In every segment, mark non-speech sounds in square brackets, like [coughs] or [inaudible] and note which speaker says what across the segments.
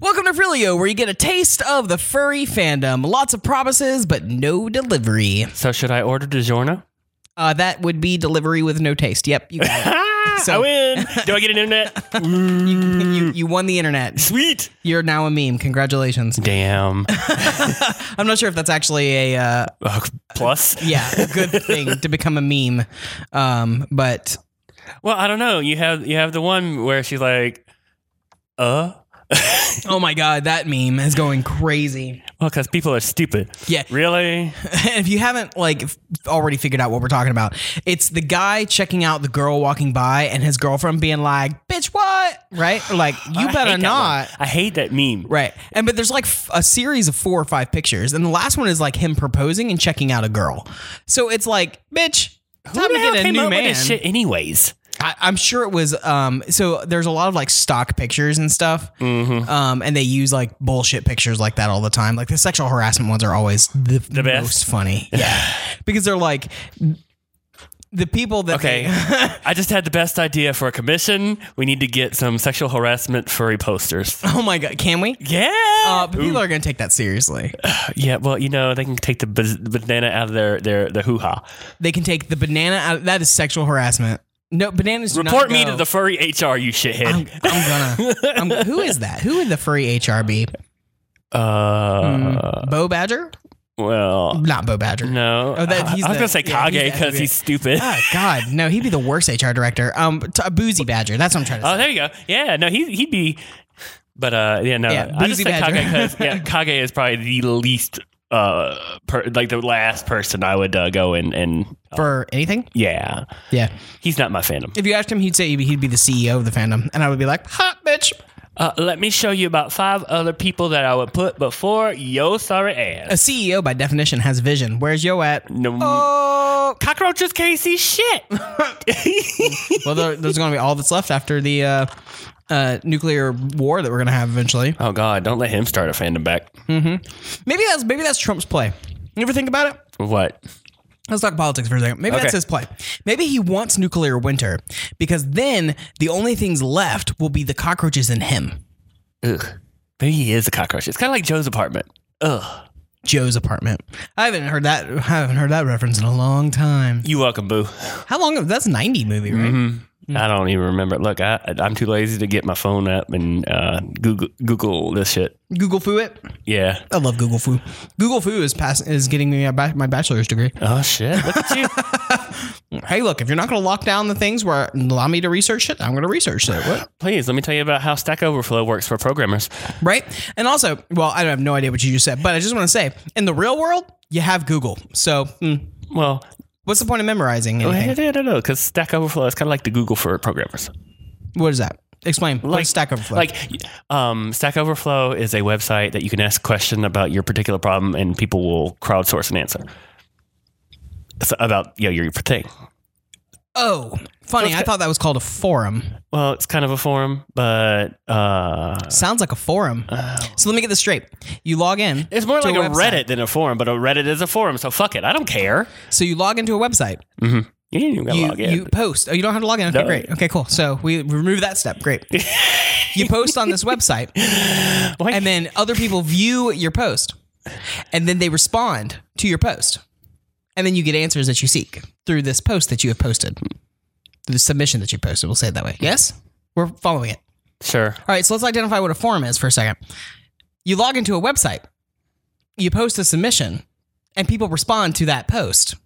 Speaker 1: Welcome to Frilio, where you get a taste of the furry fandom. Lots of promises, but no delivery.
Speaker 2: So should I order DiGiorno?
Speaker 1: Uh, that would be delivery with no taste. Yep, you got
Speaker 2: Ah,
Speaker 1: [laughs] So-
Speaker 2: I win. Do I get
Speaker 1: [laughs]
Speaker 2: an internet?
Speaker 1: it.
Speaker 2: [laughs]
Speaker 1: you, you won the internet.
Speaker 2: Sweet.
Speaker 1: You're now a meme. Congratulations.
Speaker 2: Damn.
Speaker 1: I'm not sure if that's actually a uh,
Speaker 2: Ugh, plus.
Speaker 1: yeah
Speaker 2: [laughs]
Speaker 1: good thing to become a meme, um, but
Speaker 2: Well, I don't know. You have you have the one where she's like, uh,
Speaker 1: oh my god, that meme is going crazy. [laughs]
Speaker 2: well, because people are stupid.
Speaker 1: Yeah.
Speaker 2: Really?
Speaker 1: if you haven't like f- already figured out what we're talking about, it's the guy checking out the girl walking by and his girlfriend being like, "Bitch, what?" Right? Or like,
Speaker 2: [sighs] I
Speaker 1: you
Speaker 2: hate
Speaker 1: better
Speaker 2: that
Speaker 1: not.
Speaker 2: one. I hate that meme.
Speaker 1: Right. And but there's like f- a series of four or five pictures, and the last one is like him proposing and checking out a girl. So it's like, bitch,
Speaker 2: Who
Speaker 1: time
Speaker 2: the
Speaker 1: to
Speaker 2: hell
Speaker 1: get a
Speaker 2: came
Speaker 1: new
Speaker 2: up with
Speaker 1: man.
Speaker 2: this shit, anyways?
Speaker 1: I, I'm sure it was. Um. So there's a lot of like stock pictures and stuff.
Speaker 2: Mm-hmm.
Speaker 1: Um. And they use like bullshit pictures like that all the time. Like the sexual harassment ones are always the,
Speaker 2: The best.
Speaker 1: most funny.
Speaker 2: [sighs]
Speaker 1: Yeah. because they're like the people that
Speaker 2: Okay. I just had the best idea for a commission. We need to get some sexual harassment furry
Speaker 1: [laughs]
Speaker 2: posters.
Speaker 1: [laughs] oh my god, can we?
Speaker 2: Yeah.
Speaker 1: Uh, but people are gonna take that seriously.
Speaker 2: yeah. Well, you know, they can take the baz- banana out of their their, their hoo ha.
Speaker 1: They can take the banana out. That is sexual harassment. No bananas. do not
Speaker 2: Report me
Speaker 1: go.
Speaker 2: to the furry HR, you shithead.
Speaker 1: I'm, I'm gonna. I'm, who is that? Who would the furry HR be?
Speaker 2: Uh,
Speaker 1: Bo Badger?
Speaker 2: well,
Speaker 1: Not Bo Badger. [laughs]
Speaker 2: no.
Speaker 1: Oh, that-
Speaker 2: I,
Speaker 1: he's
Speaker 2: I was
Speaker 1: the-
Speaker 2: gonna say
Speaker 1: yeah,
Speaker 2: Kage
Speaker 1: he's the-
Speaker 2: because he's, stupid.
Speaker 1: Oh God, no. He'd be the worst HR director. Um, t- a boozy Badger. That's what I'm trying to
Speaker 2: oh,
Speaker 1: say.
Speaker 2: there you go. Yeah, no, he he'd be. But uh, yeah, no,
Speaker 1: Yeah,
Speaker 2: I just
Speaker 1: boozy
Speaker 2: say Kage
Speaker 1: badger.
Speaker 2: because yeah,
Speaker 1: [laughs]
Speaker 2: Kage is probably the least uh, per, like the last person I would uh, go in and
Speaker 1: For anything,
Speaker 2: yeah,
Speaker 1: yeah.
Speaker 2: he's not my fandom.
Speaker 1: If you asked him, he'd say he'd be- he'd be the CEO of the fandom, and I would be like, "Hot bitch."
Speaker 2: Uh, let me show you about five other people that I would put before yo sorry
Speaker 1: A
Speaker 2: ass.
Speaker 1: CEO, by definition, has vision. Where's yo at?
Speaker 2: No,
Speaker 1: Oh,
Speaker 2: cockroaches can't see shit.
Speaker 1: well, there- there's going to be all that's left after the uh, uh, nuclear war that we're going to have eventually.
Speaker 2: oh God, don't let him start a fandom back.
Speaker 1: Maybe that's maybe that's Trump's play. You ever think about it?
Speaker 2: What?
Speaker 1: Let's talk politics for a second. Maybe that's
Speaker 2: Okay.
Speaker 1: his play. Maybe he wants nuclear winter because then the only things left will be the cockroaches and him.
Speaker 2: Ugh. Maybe he is a cockroach. It's kind of like Joe's apartment. Ugh.
Speaker 1: Joe's apartment. I haven't heard that. I haven't heard that reference in a long time.
Speaker 2: You welcome, boo.
Speaker 1: How long? That's ninety movie, right?
Speaker 2: I don't even remember. Look, I, I'm too lazy to get my phone up and uh, Google Google this shit.
Speaker 1: Google Foo it.
Speaker 2: Yeah.
Speaker 1: I love Google Foo. Google Foo is pass, is getting me my ba- my bachelor's degree.
Speaker 2: Oh shit! Look at you.
Speaker 1: Hey, look, if you're not going to lock down the things where allow me to research it, I'm going to research it. What?
Speaker 2: [laughs] Please let me tell you about how Stack Overflow works for programmers.
Speaker 1: right? And also, well, I have no idea what you just said, but I just want to say, in the real world, you have Google. So, mm,
Speaker 2: Well,
Speaker 1: what's the point of memorizing anything?
Speaker 2: I don't know because Stack Overflow is kind of like the Google for programmers.
Speaker 1: What is that? Explain. Like Stack Overflow.
Speaker 2: Like, um, Stack Overflow is a website that you can ask a question about your particular problem, and people will crowdsource an answer so about you know, your thing.
Speaker 1: oh, funny. I thought that was called a forum.
Speaker 2: Well, it's kind of a forum, but uh, oh.
Speaker 1: Sounds like a forum. so let me get this straight. You log in.
Speaker 2: it's more
Speaker 1: to
Speaker 2: like a
Speaker 1: website.
Speaker 2: Reddit than a forum. But a Reddit is a forum, so fuck it. I don't care.
Speaker 1: So you log into a website.
Speaker 2: You didn't even gotta
Speaker 1: You,
Speaker 2: log in.
Speaker 1: you post. Oh, you don't have to log in. Okay,
Speaker 2: No.
Speaker 1: great. Okay, cool. So we remove that step.
Speaker 2: [laughs]
Speaker 1: Great. you post on this website,
Speaker 2: Why-
Speaker 1: and then other people view your post, and then they respond to your post, and then you get answers that you seek through this post that you have posted, through the submission that you posted. We'll say it that way. Yes, we're following it.
Speaker 2: sure.
Speaker 1: All right, so let's identify what a forum is for a second. You log into a website, you post a submission, and people respond to that post,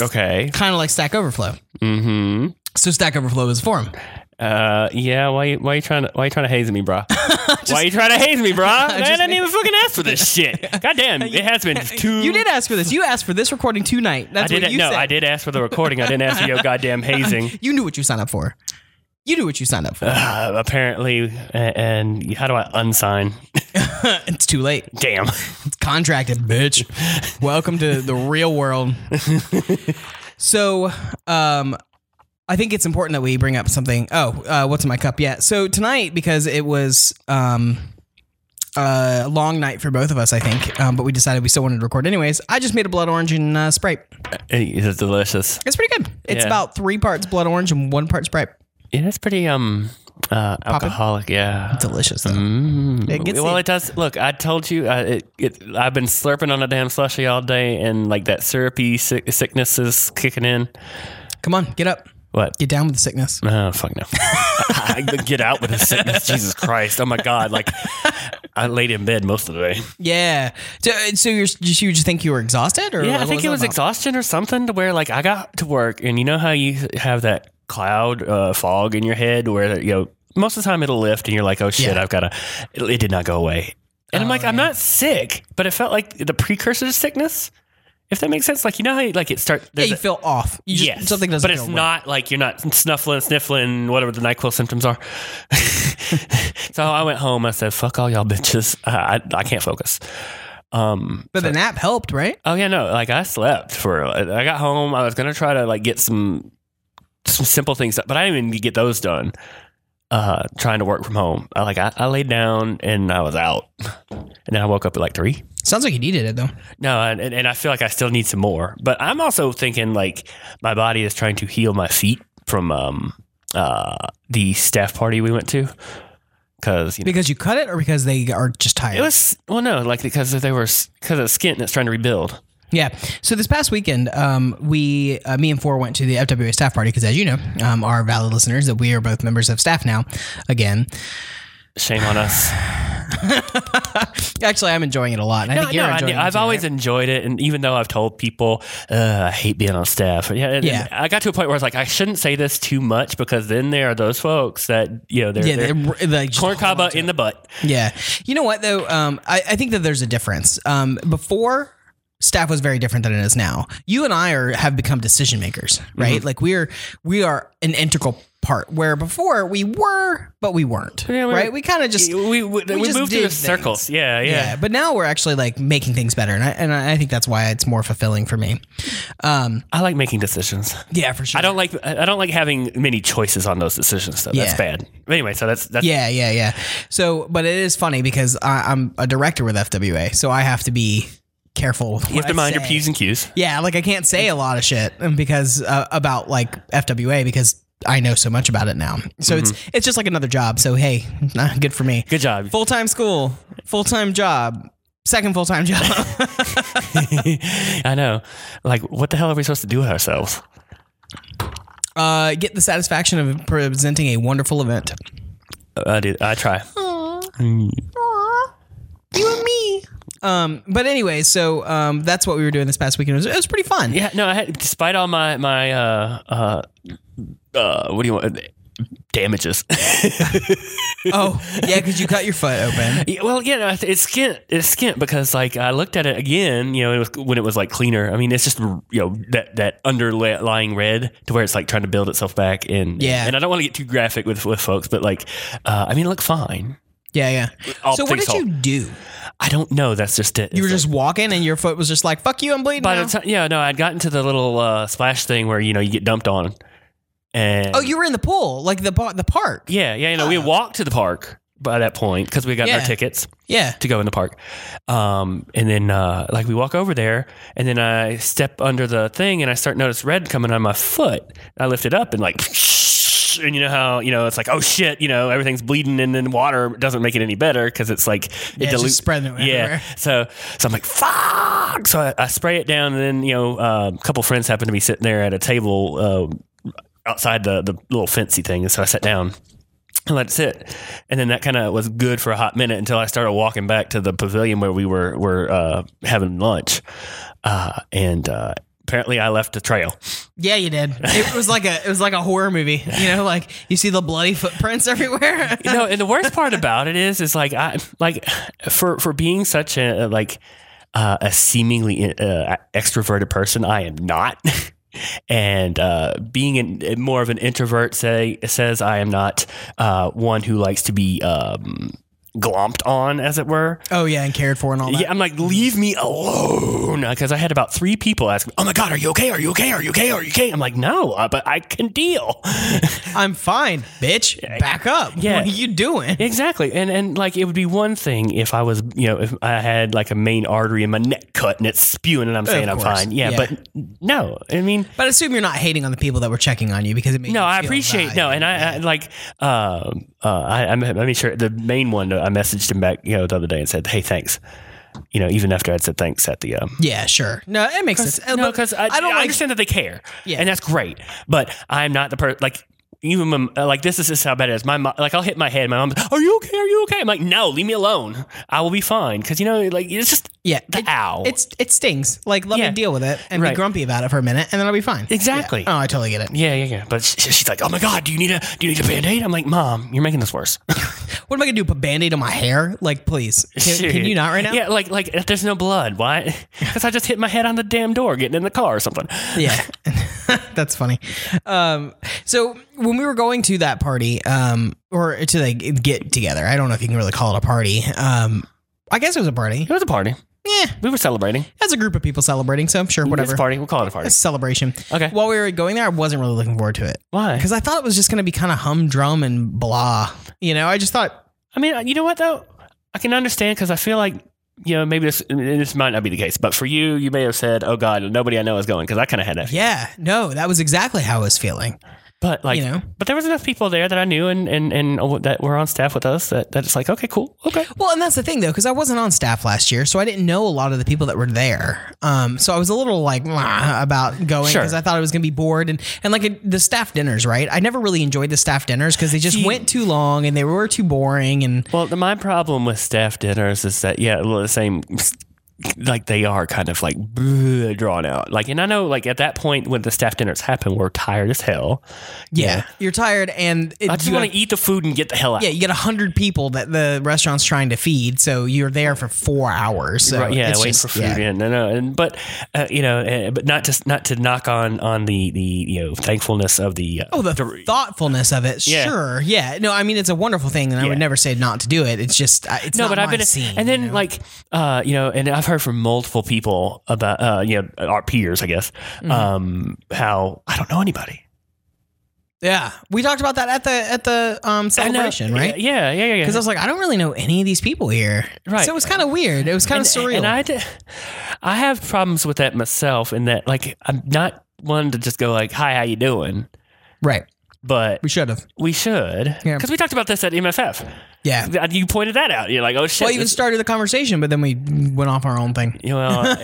Speaker 2: Okay.
Speaker 1: kind of like Stack Overflow.
Speaker 2: Mm-hmm.
Speaker 1: So Stack Overflow is a forum.
Speaker 2: Uh, yeah. Why? you- Why you trying to? Why you trying to haze
Speaker 1: [laughs]
Speaker 2: me, bruh? why you trying to haze me, bruh? Man, I
Speaker 1: just-
Speaker 2: didn't even fucking ask
Speaker 1: [laughs]
Speaker 2: for this shit. God damn, it has been two.
Speaker 1: You did ask for this. You asked for this recording tonight.
Speaker 2: I
Speaker 1: That's
Speaker 2: did.
Speaker 1: what you
Speaker 2: no,
Speaker 1: said.
Speaker 2: I did ask for the recording. I didn't ask
Speaker 1: [laughs]
Speaker 2: for your goddamn hazing.
Speaker 1: You knew what you signed up for. You knew what you signed up for.
Speaker 2: Uh, apparently, a- and how do I unsign?
Speaker 1: it's too late. [laughs]
Speaker 2: Damn.
Speaker 1: It's contracted, bitch. Welcome to the real
Speaker 2: [laughs]
Speaker 1: world. so, um, I think it's important that we bring up something. Oh, uh, what's in my cup? Yeah. So tonight, because it was um, a long night for both of us, I think, um, but we decided we still wanted to record anyways. I just made a blood orange and uh, Sprite.
Speaker 2: It is delicious.
Speaker 1: It's pretty good. It's
Speaker 2: Yeah.
Speaker 1: about three parts blood orange and one part Sprite.
Speaker 2: Yeah, that's pretty. Um, Uh, alcoholic, yeah.
Speaker 1: Delicious. Though.
Speaker 2: Mm.
Speaker 1: It gets
Speaker 2: well,
Speaker 1: you.
Speaker 2: it does. Look, I told you, uh, it, it, I've been slurping on a damn slushy all day, and like that syrupy sick, sickness is kicking in.
Speaker 1: Come on, get up.
Speaker 2: What?
Speaker 1: Get down with the sickness.
Speaker 2: No, fuck no. [laughs] I get out with the sickness. Jesus Christ. Oh my God. Like, I laid in bed most of the day.
Speaker 1: Yeah. So, so you're, just, you just think you were exhausted, or
Speaker 2: Yeah,
Speaker 1: like,
Speaker 2: I
Speaker 1: what
Speaker 2: think it
Speaker 1: that
Speaker 2: was
Speaker 1: about?
Speaker 2: exhaustion or something to where like I got to work and you know how you have that cloud uh, fog in your head where you know most of the time it'll lift and you're like, oh shit,
Speaker 1: Yeah. Oh,
Speaker 2: I've got to. It, it did not go away, and I'm like, I'm not sick, but it felt like the precursor to sickness. If that makes sense, like you know how you, like it starts.
Speaker 1: Yeah, you feel off. You just,
Speaker 2: Yes,
Speaker 1: something doesn't.
Speaker 2: but it's
Speaker 1: feel right.
Speaker 2: not like you're not snuffling, sniffling, whatever the Nyquil symptoms are. [laughs] so I went home. I said, "Fuck all y'all bitches. I, I, I can't focus." Um,
Speaker 1: But the nap helped, right?
Speaker 2: Oh yeah, no. Like I slept for. I got home. I was gonna try to like get some some simple things, done, but I didn't even get those done. Uh, trying to work from home. I like I, I laid down and I was out, [laughs] and then I woke up at like three.
Speaker 1: Sounds like you needed it though.
Speaker 2: No, and, and and I feel like I still need some more. But I'm also thinking like my body is trying to heal my feet from um uh the staff party we went to because you know
Speaker 1: Because you cut it, or because they are just tired.
Speaker 2: it was well no like because they were because of skin that's trying to rebuild.
Speaker 1: Yeah. So this past weekend, um, we, uh, me and Four went to the FWA staff party because, as you know, um, our valid listeners that we are both members of staff now. Again,
Speaker 2: Shame on us.
Speaker 1: actually, I'm enjoying it a lot. And I
Speaker 2: No,
Speaker 1: think you're
Speaker 2: no, I
Speaker 1: enjoying
Speaker 2: knew-
Speaker 1: it.
Speaker 2: I've
Speaker 1: too,
Speaker 2: always
Speaker 1: right?
Speaker 2: enjoyed it, and even though I've told people uh, I hate being on staff, yeah, and-
Speaker 1: Yeah.
Speaker 2: I got to a point where I was like, I shouldn't say this too much because then there are those folks that you know they're,
Speaker 1: yeah,
Speaker 2: they're
Speaker 1: they're, like, just
Speaker 2: corn
Speaker 1: hold on
Speaker 2: cob
Speaker 1: to it.
Speaker 2: in the butt.
Speaker 1: Yeah. You know what though? Um, I, I think that there's a difference. Um, before staff was very different than it is now. You and I are have become decision makers, right?
Speaker 2: Mm-hmm.
Speaker 1: Like we're we are an integral part where before we were, but we weren't.
Speaker 2: Yeah, we-
Speaker 1: right? We kind of just
Speaker 2: We we,
Speaker 1: just did
Speaker 2: moved through
Speaker 1: things.
Speaker 2: circles. Yeah, yeah.
Speaker 1: yeah. But now we're actually like making things better, and I and I think that's why it's more fulfilling for me. Um,
Speaker 2: I like making decisions.
Speaker 1: yeah, for sure.
Speaker 2: I don't like I don't like having many choices on those decisions though. That's
Speaker 1: Yeah.
Speaker 2: bad. But anyway, so that's that's
Speaker 1: Yeah, yeah, yeah. So, but it is funny because I, I'm a director with FWA, so I have to be careful. With
Speaker 2: you have to mind your
Speaker 1: p's.
Speaker 2: p's and q's.
Speaker 1: Yeah, like I can't say a lot of shit um, because uh, about like FWA because I know so much about it now. So it's it's just like another job. So hey, [laughs] nah, good for me.
Speaker 2: Good job. [laughs]
Speaker 1: Full time school, full time job, second full time job.
Speaker 2: I know. Like, what the hell are we supposed to do with ourselves?
Speaker 1: [laughs] uh, get the satisfaction of presenting a wonderful event.
Speaker 2: Uh, I do. I try.
Speaker 1: You and me. Um, but anyway, so um, that's what we were doing this past weekend. It was, it was pretty fun.
Speaker 2: Yeah, no, I had, despite all my my uh uh uh what do you want damages.
Speaker 1: [laughs]
Speaker 2: [laughs]
Speaker 1: Oh, yeah, because you cut your foot open.
Speaker 2: Yeah, well, yeah, no, it's skint. It's skint because like I looked at it again, you know, it was when it was like cleaner. I mean, it's just you know that that underlying red to where it's like trying to build itself back in.
Speaker 1: Yeah.
Speaker 2: and I don't want to get too graphic with with folks, but like, uh, I mean, it looked fine.
Speaker 1: Yeah, yeah.
Speaker 2: All
Speaker 1: so what
Speaker 2: things
Speaker 1: did you do?
Speaker 2: I don't know. That's just it.
Speaker 1: You were just walking, and your foot was just like, "Fuck you, I'm bleeding."
Speaker 2: by
Speaker 1: now."
Speaker 2: the time. Yeah, no, I'd gotten to the little uh, splash thing where you know you get dumped on, and
Speaker 1: Oh, you were in the pool, like the pa- the park.
Speaker 2: Yeah, yeah, you know, we walked to the park by that point because we got
Speaker 1: Uh. Yeah.
Speaker 2: our tickets
Speaker 1: Yeah.
Speaker 2: to go in the park. Um, and then uh, like we walk over there, and then I step under the thing, and I start notice red coming on my foot. I lift it up and like. [laughs] And you know how you know it's like oh shit you know everything's bleeding and then water doesn't make it any better because it's like
Speaker 1: Yeah,
Speaker 2: it
Speaker 1: it's just
Speaker 2: dilutes
Speaker 1: spreading it
Speaker 2: yeah
Speaker 1: everywhere.
Speaker 2: so so I'm like fuck so I, I spray it down and then you know uh, a couple friends happened to be sitting there at a table uh, outside the the little fancy thing and so I sat down and let it sit. And then that kind of was good for a hot minute until I started walking back to the pavilion where we were were uh, having lunch. Uh, and uh, apparently, I left a trail.
Speaker 1: Yeah, you did. It was like a it was like a horror movie. You know, like you see the bloody footprints [laughs]
Speaker 2: [laughs]
Speaker 1: everywhere.
Speaker 2: You know, and the worst part about it is, is like I like for for being such a like uh, a seemingly uh, extroverted person, I am not. [laughs] And uh, being an, more of an introvert, say says I am not uh, one who likes to be um, glomped on, as it were.
Speaker 1: Oh yeah, and cared for and all that.
Speaker 2: Yeah, I'm like, leave me alone. Because I had about three people ask me, oh my God, are you okay? Are you okay? Are you okay? Are you okay? I'm like, no, uh, but I can deal.
Speaker 1: I'm fine, bitch. Back up.
Speaker 2: Yeah.
Speaker 1: What are you doing?
Speaker 2: exactly. And, and like, it would be one thing if I was, you know, if I had like a main artery in my neck cut and it's spewing and I'm saying I'm
Speaker 1: course.
Speaker 2: fine. Yeah,
Speaker 1: Yeah.
Speaker 2: but no, I mean,
Speaker 1: But I assume you're not hating on the people that were checking on you because it made
Speaker 2: no,
Speaker 1: you
Speaker 2: I
Speaker 1: feel
Speaker 2: appreciate
Speaker 1: bad.
Speaker 2: no, and I, I like uh, uh, I, I made sure the main one uh, I messaged him back you know the other day and said hey thanks, you know even after I'd said thanks at the um,
Speaker 1: Yeah, sure. No, it makes sense. Uh,
Speaker 2: no,
Speaker 1: but
Speaker 2: because I, I
Speaker 1: don't like.
Speaker 2: understand that they care,
Speaker 1: Yeah.
Speaker 2: and that's great. But I'm not the person like. Even my, uh, like this is just how bad it is. My mo- like I'll hit my head. My mom's, "Are you okay? Are you okay?" I'm like, "No, leave me alone. I will be fine." Because you know, like it's just
Speaker 1: Yeah,
Speaker 2: the
Speaker 1: it-
Speaker 2: ow.
Speaker 1: It's it stings. Like let
Speaker 2: Yeah.
Speaker 1: me deal with it and
Speaker 2: Right.
Speaker 1: be grumpy about it for a minute, and then I'll be fine.
Speaker 2: Exactly.
Speaker 1: Yeah. Oh, I totally get it.
Speaker 2: yeah, yeah, yeah. But she, she's like, "Oh my god, do you need a do you need a band aid?" I'm like, "Mom, you're making this worse."
Speaker 1: What am I gonna do? Put band aid on my hair? Like, please, can, can
Speaker 2: Shit. [laughs]
Speaker 1: you not right now?
Speaker 2: Yeah, like like if there's no blood, why? [laughs] Because I just hit my head on the damn door getting in the car or something.
Speaker 1: yeah. [laughs] That's funny. Um, so when we were going to that party, um, or to like get together, I don't know if you can really call it a party. Um, I guess it was a party.
Speaker 2: It was a party.
Speaker 1: Yeah,
Speaker 2: We were celebrating.
Speaker 1: as a group of people celebrating. So I'm sure
Speaker 2: It's
Speaker 1: whatever
Speaker 2: a party. We'll call it a party.
Speaker 1: celebration.
Speaker 2: Okay.
Speaker 1: While we were going there, I wasn't really looking forward to it
Speaker 2: Why?
Speaker 1: because I thought it was just gonna be kind of humdrum and blah. You know, I just thought
Speaker 2: I mean, you know what though? I can understand because I feel like you know maybe this this might not be the case, but for you, you may have said, "Oh God, nobody I know is going," because I kind of had that.
Speaker 1: Yeah, no, that was exactly how I was feeling.
Speaker 2: But like,
Speaker 1: you know,
Speaker 2: but there was enough people there that I knew and and and that were on staff with us that that it's like, okay, cool, okay.
Speaker 1: well, and that's the thing though, because I wasn't on staff last year, so I didn't know a lot of the people that were there. Um, so I was a little like "Mwah," about going
Speaker 2: Sure.
Speaker 1: because I thought I was going to be bored, and and like it- the staff dinners, right? I never really enjoyed the staff dinners because they just
Speaker 2: See-
Speaker 1: went too long and they were too boring, and
Speaker 2: Well, the, my problem with staff dinners is that yeah, well, the same. Like they are kind of like bleh, drawn out. Like, and I know like at that point when the staff dinners happen, we're tired as hell.
Speaker 1: yeah, you're tired, and it,
Speaker 2: I just
Speaker 1: you
Speaker 2: want
Speaker 1: have-
Speaker 2: to eat the food and get the hell out.
Speaker 1: yeah, you get a hundred people that the restaurant's trying to feed, so you're there for four hours. So
Speaker 2: Right, yeah,
Speaker 1: it's
Speaker 2: waiting
Speaker 1: just-
Speaker 2: for food.
Speaker 1: yeah.
Speaker 2: Oh, Yeah. no, no, and but uh, you know, uh, but not just not to knock on on the the you know thankfulness of the uh,
Speaker 1: Oh, the
Speaker 2: dir-
Speaker 1: thoughtfulness of it.
Speaker 2: Yeah.
Speaker 1: Sure. Yeah. No, I mean it's a wonderful thing, and I
Speaker 2: Yeah.
Speaker 1: would never say not to do it. It's just I- it's
Speaker 2: no,
Speaker 1: not
Speaker 2: but I've
Speaker 1: my
Speaker 2: been
Speaker 1: scene,
Speaker 2: and then
Speaker 1: you know?
Speaker 2: like uh you know, and I've heard from multiple people about uh you know our peers, I guess,
Speaker 1: Mm-hmm.
Speaker 2: um how I don't know anybody.
Speaker 1: yeah, we talked about that at the at the um
Speaker 2: I know.
Speaker 1: celebration, right?
Speaker 2: Yeah, yeah, yeah, yeah.
Speaker 1: Because I was like, I don't really know any of these people here.
Speaker 2: Right.
Speaker 1: So it was kind of weird. It was kind of surreal.
Speaker 2: And I, d- I have problems with that myself. In that, like, I'm not one to just go like, "Hi, how you doing?"
Speaker 1: right.
Speaker 2: But
Speaker 1: We should have.
Speaker 2: we should, because
Speaker 1: Yeah.
Speaker 2: we talked about this at MFF.
Speaker 1: Yeah.
Speaker 2: You pointed that out. You're like, "Oh shit!"
Speaker 1: Well, I even
Speaker 2: this-
Speaker 1: started the conversation, but then we went off our own thing. [laughs]
Speaker 2: you know,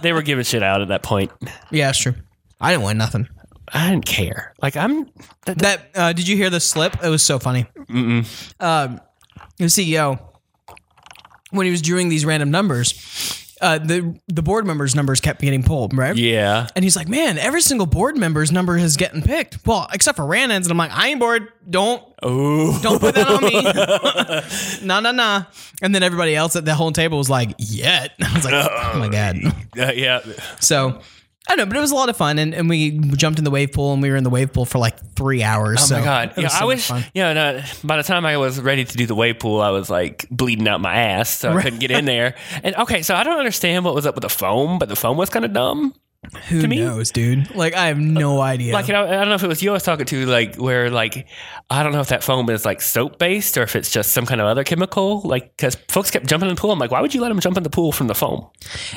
Speaker 2: they were giving shit out at that point.
Speaker 1: Yeah, it's true. I didn't win nothing.
Speaker 2: I didn't care. Like, I'm. That,
Speaker 1: That uh, did you hear the slip? It was so funny. Um, the CEO, when he was doing these random numbers, uh, the the board members' numbers kept getting pulled, right?
Speaker 2: yeah.
Speaker 1: And he's like, "Man, every single board member's number is getting picked. Well, except for Rannan's." And I'm like, "I ain't bored. Don't
Speaker 2: Oh.
Speaker 1: don't put that on me.
Speaker 2: [laughs]
Speaker 1: nah, nah, nah." And then everybody else at the whole table was like, "Yet." [laughs] I was like, "Oh my god."
Speaker 2: Uh, yeah. Oh
Speaker 1: So I don't know, but it was a lot of fun, and, and we jumped in the wave pool, and we were in the wave pool for like three hours.
Speaker 2: Oh
Speaker 1: so
Speaker 2: my god!
Speaker 1: it
Speaker 2: Yeah,
Speaker 1: was so
Speaker 2: I
Speaker 1: much
Speaker 2: wish.
Speaker 1: fun.
Speaker 2: Yeah, no, by the time I was ready to do the wave pool, I was like bleeding out my ass, so I couldn't get in there. And okay, so I don't understand what was up with the foam, but the foam was kind of dumb.
Speaker 1: Who
Speaker 2: me- Uh,
Speaker 1: knows, dude? Like, I have no idea.
Speaker 2: Like, you know, I don't know if it was you I was talking to, like where like I don't know if that foam is like soap based or if it's just some kind of other chemical. Like, because folks kept jumping in the pool, I'm like, why would you let them jump in the pool from the foam?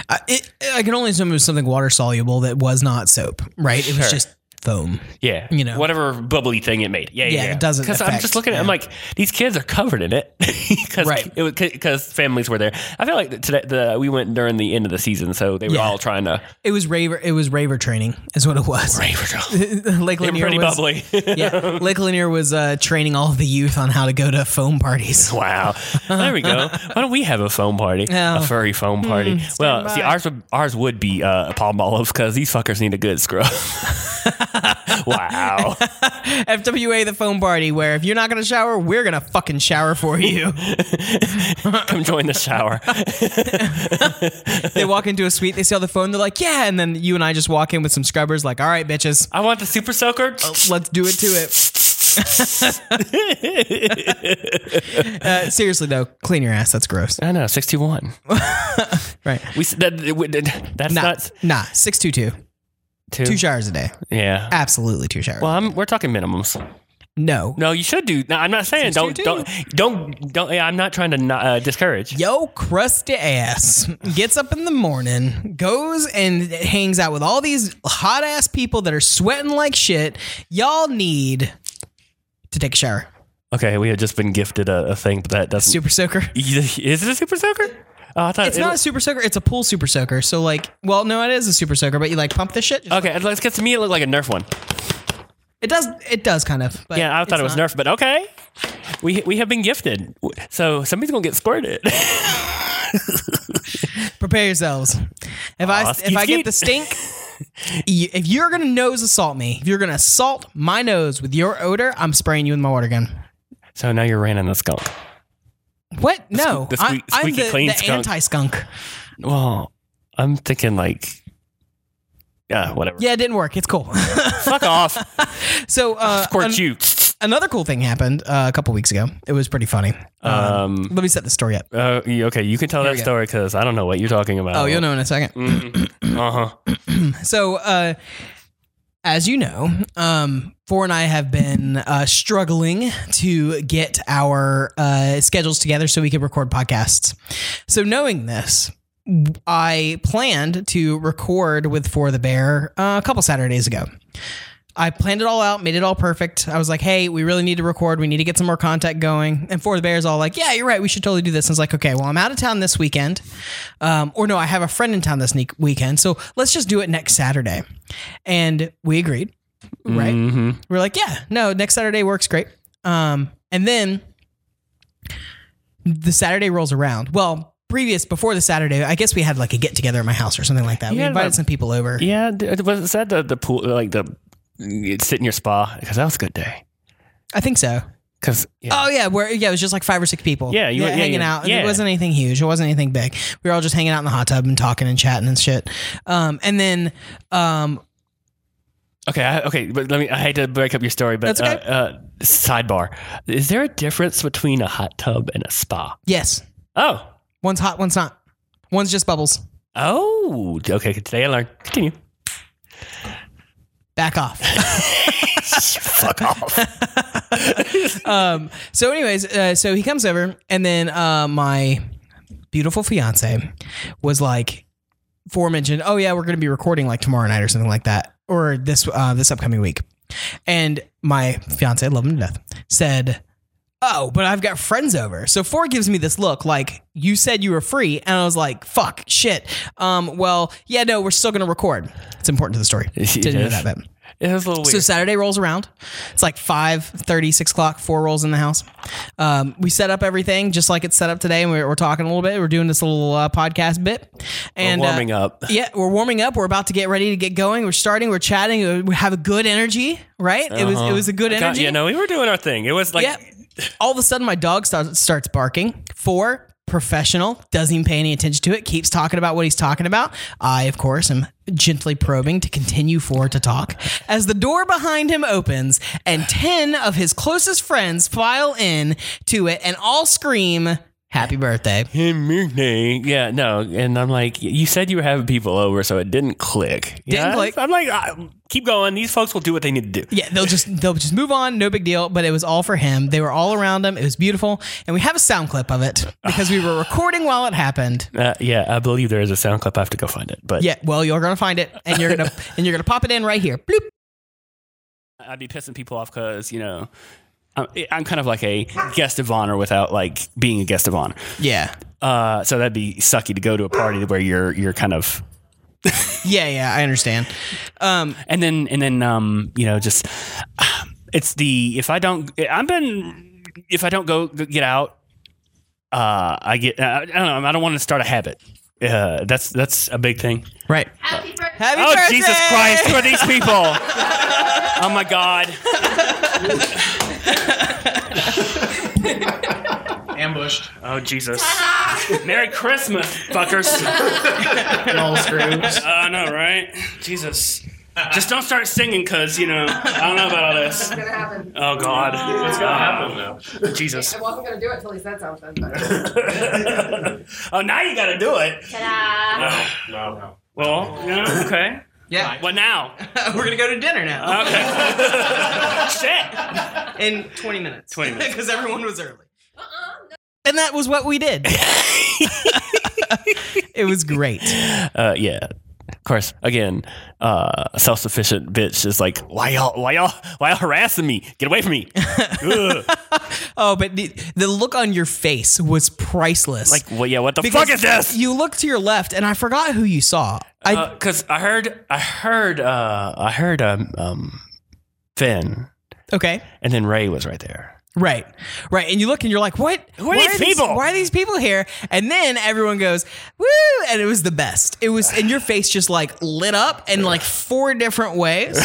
Speaker 1: I, it, I can only assume it was something water soluble that was not soap, right? It
Speaker 2: Sure.
Speaker 1: was just foam.
Speaker 2: Yeah,
Speaker 1: You know.
Speaker 2: whatever bubbly thing it made. Yeah, yeah,
Speaker 1: Yeah, it doesn't
Speaker 2: Because I'm
Speaker 1: affect-
Speaker 2: just looking at. it, I'm
Speaker 1: yeah.
Speaker 2: like, these kids are covered in it. [laughs] Because
Speaker 1: Right.
Speaker 2: Because families were there. I feel like that today the, we went during the end of the season, so they were
Speaker 1: Yeah.
Speaker 2: all trying to.
Speaker 1: It was raver. It was raver training, is what it was.
Speaker 2: They
Speaker 1: [laughs]
Speaker 2: were
Speaker 1: Lake Lanier
Speaker 2: pretty
Speaker 1: was,
Speaker 2: bubbly. [laughs]
Speaker 1: yeah, Lake Lanier was uh, training all of the youth on how to go to foam
Speaker 2: [laughs]
Speaker 1: parties.
Speaker 2: Wow. There we go. Why don't we have a foam party?
Speaker 1: Oh.
Speaker 2: A furry foam party. well, see,
Speaker 1: by.
Speaker 2: ours would, ours would be uh, palm olives because these fuckers need a good scrub. [laughs] wow.
Speaker 1: FWA the foam party, where if you're not gonna shower, we're gonna fucking shower for
Speaker 2: [laughs]
Speaker 1: you.
Speaker 2: Come join the shower.
Speaker 1: they walk into a suite, they see all the foam, they're like, yeah, and then you and I just walk in with some scrubbers, like, all right, bitches,
Speaker 2: I want the super soaker. [laughs]
Speaker 1: let's do it to it. Uh, seriously though, clean your ass. That's gross.
Speaker 2: I know, 61.
Speaker 1: Right.
Speaker 2: We s- that, we- that- that's
Speaker 1: Nah,
Speaker 2: not
Speaker 1: nah. Six two two.
Speaker 2: two.
Speaker 1: Two showers a day.
Speaker 2: yeah.
Speaker 1: Absolutely two showers.
Speaker 2: Well, I'm, we're talking minimums.
Speaker 1: no.
Speaker 2: No, you should do. No, I'm not saying
Speaker 1: Since you
Speaker 2: don't, don't, don't, don't. Yeah, I'm not trying to not, uh, discourage.
Speaker 1: Yo, crusty ass gets up in the morning, goes and hangs out with all these hot ass people that are sweating like shit. Y'all need to take a shower.
Speaker 2: Okay, we had just been gifted a, a thing, but that doesn't.
Speaker 1: Super soaker.
Speaker 2: Is it a super soaker? Oh, I thought
Speaker 1: It's
Speaker 2: it-
Speaker 1: not a super soaker. It's a pool super soaker. So like, well, no, it is a super soaker. But you like pump this shit. Just-
Speaker 2: Okay, let's get to me. It looked like a Nerf one.
Speaker 1: It does. It does kind of. But
Speaker 2: Yeah, I
Speaker 1: it's
Speaker 2: thought it was
Speaker 1: not.
Speaker 2: Nerf, but okay. We we have been gifted, so somebody's gonna get squirted. [laughs]
Speaker 1: Prepare yourselves. If
Speaker 2: Aw,
Speaker 1: I if I
Speaker 2: skeet,
Speaker 1: get the
Speaker 2: [laughs]
Speaker 1: stink, you, if you're gonna nose assault me, if you're gonna assault my nose with your odor, I'm spraying you with my water gun.
Speaker 2: so now you're raining the skunk.
Speaker 1: What? No,
Speaker 2: the squeak-
Speaker 1: I, I'm
Speaker 2: squeaky
Speaker 1: the,
Speaker 2: clean
Speaker 1: the
Speaker 2: skunk.
Speaker 1: anti-skunk.
Speaker 2: Well, I'm thinking like, yeah, whatever.
Speaker 1: Yeah, it didn't work. It's cool.
Speaker 2: [laughs]
Speaker 1: [laughs]
Speaker 2: Fuck off.
Speaker 1: so uh,
Speaker 2: Of course,
Speaker 1: an-
Speaker 2: you.
Speaker 1: another cool thing happened uh, a couple weeks ago. It was pretty funny. Uh,
Speaker 2: [laughs] Um.
Speaker 1: let me set the story up.
Speaker 2: Uh, you- okay, you can tell that
Speaker 1: we go.
Speaker 2: story because I don't know what you're talking about.
Speaker 1: Oh, you'll know in a second.
Speaker 2: Uh huh.
Speaker 1: So, uh, as you know, um, Four and I have been uh, struggling to get our uh, schedules together so we could record podcasts. So, knowing this, I planned to record with For the Bear uh, a couple Saturdays ago. I planned it all out, made it all perfect. I was like, hey, we really need to record. We need to get some more contact going. And For the Bear's all like, yeah, you're right. We should totally do this. And I was like, okay, well, I'm out of town this weekend. Um, or no, I have a friend in town this ne- weekend. So let's just do it next Saturday. And we agreed, right?
Speaker 2: hmm
Speaker 1: We We're like, yeah, no, next Saturday works great. Um, and then the Saturday rolls around. Well, previous, before the Saturday, I guess we had like a get together at my house or something like that.
Speaker 2: You
Speaker 1: we
Speaker 2: had
Speaker 1: invited
Speaker 2: about-
Speaker 1: some people over.
Speaker 2: Yeah. d- Was that the the pool? Like the you'd sit in your spa because that was a good day.
Speaker 1: I think so.
Speaker 2: Because
Speaker 1: Oh yeah, where yeah, it was just like five or six people.
Speaker 2: Yeah, you
Speaker 1: that-
Speaker 2: were- yeah,
Speaker 1: hanging
Speaker 2: yeah,
Speaker 1: out.
Speaker 2: yeah.
Speaker 1: It wasn't anything huge. It wasn't anything big. We were all just hanging out in the hot tub and talking and chatting and shit. Um, and then um,
Speaker 2: Okay, I, okay, but let me. I hate to break up your story, but
Speaker 1: That's okay.
Speaker 2: uh, uh, sidebar: Is there a difference between a hot tub and a spa?
Speaker 1: yes,
Speaker 2: Oh,
Speaker 1: one's hot, one's not. One's just bubbles.
Speaker 2: oh, okay. Today I learned. Continue.
Speaker 1: Back off.
Speaker 2: [laughs] Fuck
Speaker 1: [laughs]
Speaker 2: off.
Speaker 1: um, so, anyways, uh, so he comes over, and then uh, my beautiful fiance was like, forementioned, oh yeah, we're gonna be recording like tomorrow night or something like that, or this uh, this upcoming week. And my fiance, I love him to death, said, "Oh, but I've got friends over." So four gives me this look, like you said you were free, and I was like, "Fuck, shit." Um, well, yeah, no, we're still gonna record. It's important to the
Speaker 2: [laughs]
Speaker 1: story. Didn't know
Speaker 2: Yes.
Speaker 1: that bit.
Speaker 2: It was a little
Speaker 1: So
Speaker 2: weird.
Speaker 1: Saturday rolls around. It's like 5 6 o'clock, four rolls in the house. Um, we set up everything just like it's set up today, and we're, we're talking a little bit. We're doing this little uh, podcast bit. And
Speaker 2: We're
Speaker 1: uh,
Speaker 2: warming up.
Speaker 1: yeah, we're warming up. We're about to get ready to get going. We're starting. We're chatting. We have a good energy, right? It was it
Speaker 2: Uh-huh.
Speaker 1: was a good
Speaker 2: God,
Speaker 1: energy.
Speaker 2: yeah, no, we were doing our thing. It was like,
Speaker 1: Yep. All of a sudden, my dog starts starts barking. Four professional doesn't even pay any attention to it. Keeps talking about what he's talking about. I, of course, am gently probing to continue for to talk as the door behind him opens and ten of his closest friends file in to it and all scream "Happy birthday!"
Speaker 2: yeah, no. And I'm like, you said you were having people over, so it didn't click. Didn't
Speaker 1: click.
Speaker 2: I'm like, I, keep going. These folks will do what they need to do.
Speaker 1: Yeah, they'll just they'll just move on, no big deal. But it was all for him. They were all around him. It was beautiful, and we have a sound clip of it because we were recording while it happened.
Speaker 2: Uh, yeah, I believe there is a sound clip. I have to go find it. But
Speaker 1: Yeah, well, you're gonna find it, and you're [laughs] gonna and you're gonna pop it in right here. Bloop.
Speaker 2: I'd be pissing people off because you know I'm, eh, I'm kind of like a guest of honor without like being a guest of honor.
Speaker 1: Yeah,
Speaker 2: Uh, so that'd be sucky to go to a party where you're you're kind of
Speaker 1: yeah, yeah. I understand. Um,
Speaker 2: and then and then um you know just [sighs] it's the if I don't I've been if I don't go g- get out uh I get I, I don't know I don't want to start a habit. Uh, that's that's a big thing.
Speaker 1: right.
Speaker 3: Happy birthday.
Speaker 1: Happy
Speaker 2: Oh
Speaker 1: birthday!
Speaker 2: Jesus Christ! Who are these people? oh my God!
Speaker 4: ambushed.
Speaker 2: Oh Jesus!
Speaker 4: [laughs]
Speaker 2: Merry Christmas, fuckers! Uh,
Speaker 4: All screws. Uh-huh.
Speaker 2: I know, right? Jesus. Just don't start singing, cause you know I don't know about all this.
Speaker 3: It's gonna happen.
Speaker 2: Oh God,
Speaker 3: What's
Speaker 2: gonna
Speaker 4: happen now?
Speaker 2: Jesus. [laughs]
Speaker 3: I wasn't gonna do it until he said something, but
Speaker 2: oh, now you got to do it.
Speaker 3: ta-da!
Speaker 4: No, no, no.
Speaker 2: Well, yeah, okay.
Speaker 1: Yeah,
Speaker 2: What now?
Speaker 1: [laughs] we're gonna go to dinner now
Speaker 2: Okay. Shit.
Speaker 1: in 20 minutes.
Speaker 2: 20 Oh.
Speaker 1: [laughs]
Speaker 2: minutes.
Speaker 1: because everyone was early.
Speaker 3: Uh-uh, no.
Speaker 1: And that was what we
Speaker 2: [laughs]
Speaker 1: did. it was great.
Speaker 2: Uh, yeah. Of course. Again, uh, self-sufficient bitch is like, why y'all, why y'all, why y'all harassing me? Get away
Speaker 1: [laughs]
Speaker 2: from me! Ugh.
Speaker 1: Oh, but the, the look on your face was priceless.
Speaker 2: like, well, yeah. What the
Speaker 1: Because
Speaker 2: fuck is this? Uh,
Speaker 1: You look to your left, and I forgot who you saw. I
Speaker 2: Because I heard, I heard, uh, I heard, um, um, Finn,
Speaker 1: okay,
Speaker 2: and then Ray was right there.
Speaker 1: right, right, and you look, and you're like, "What?
Speaker 2: Who are these people?"
Speaker 1: Why are these people here?" And then everyone goes, "Woo!" And it was the best. It was, and your face just like lit up in like four different
Speaker 2: [laughs]
Speaker 1: ways.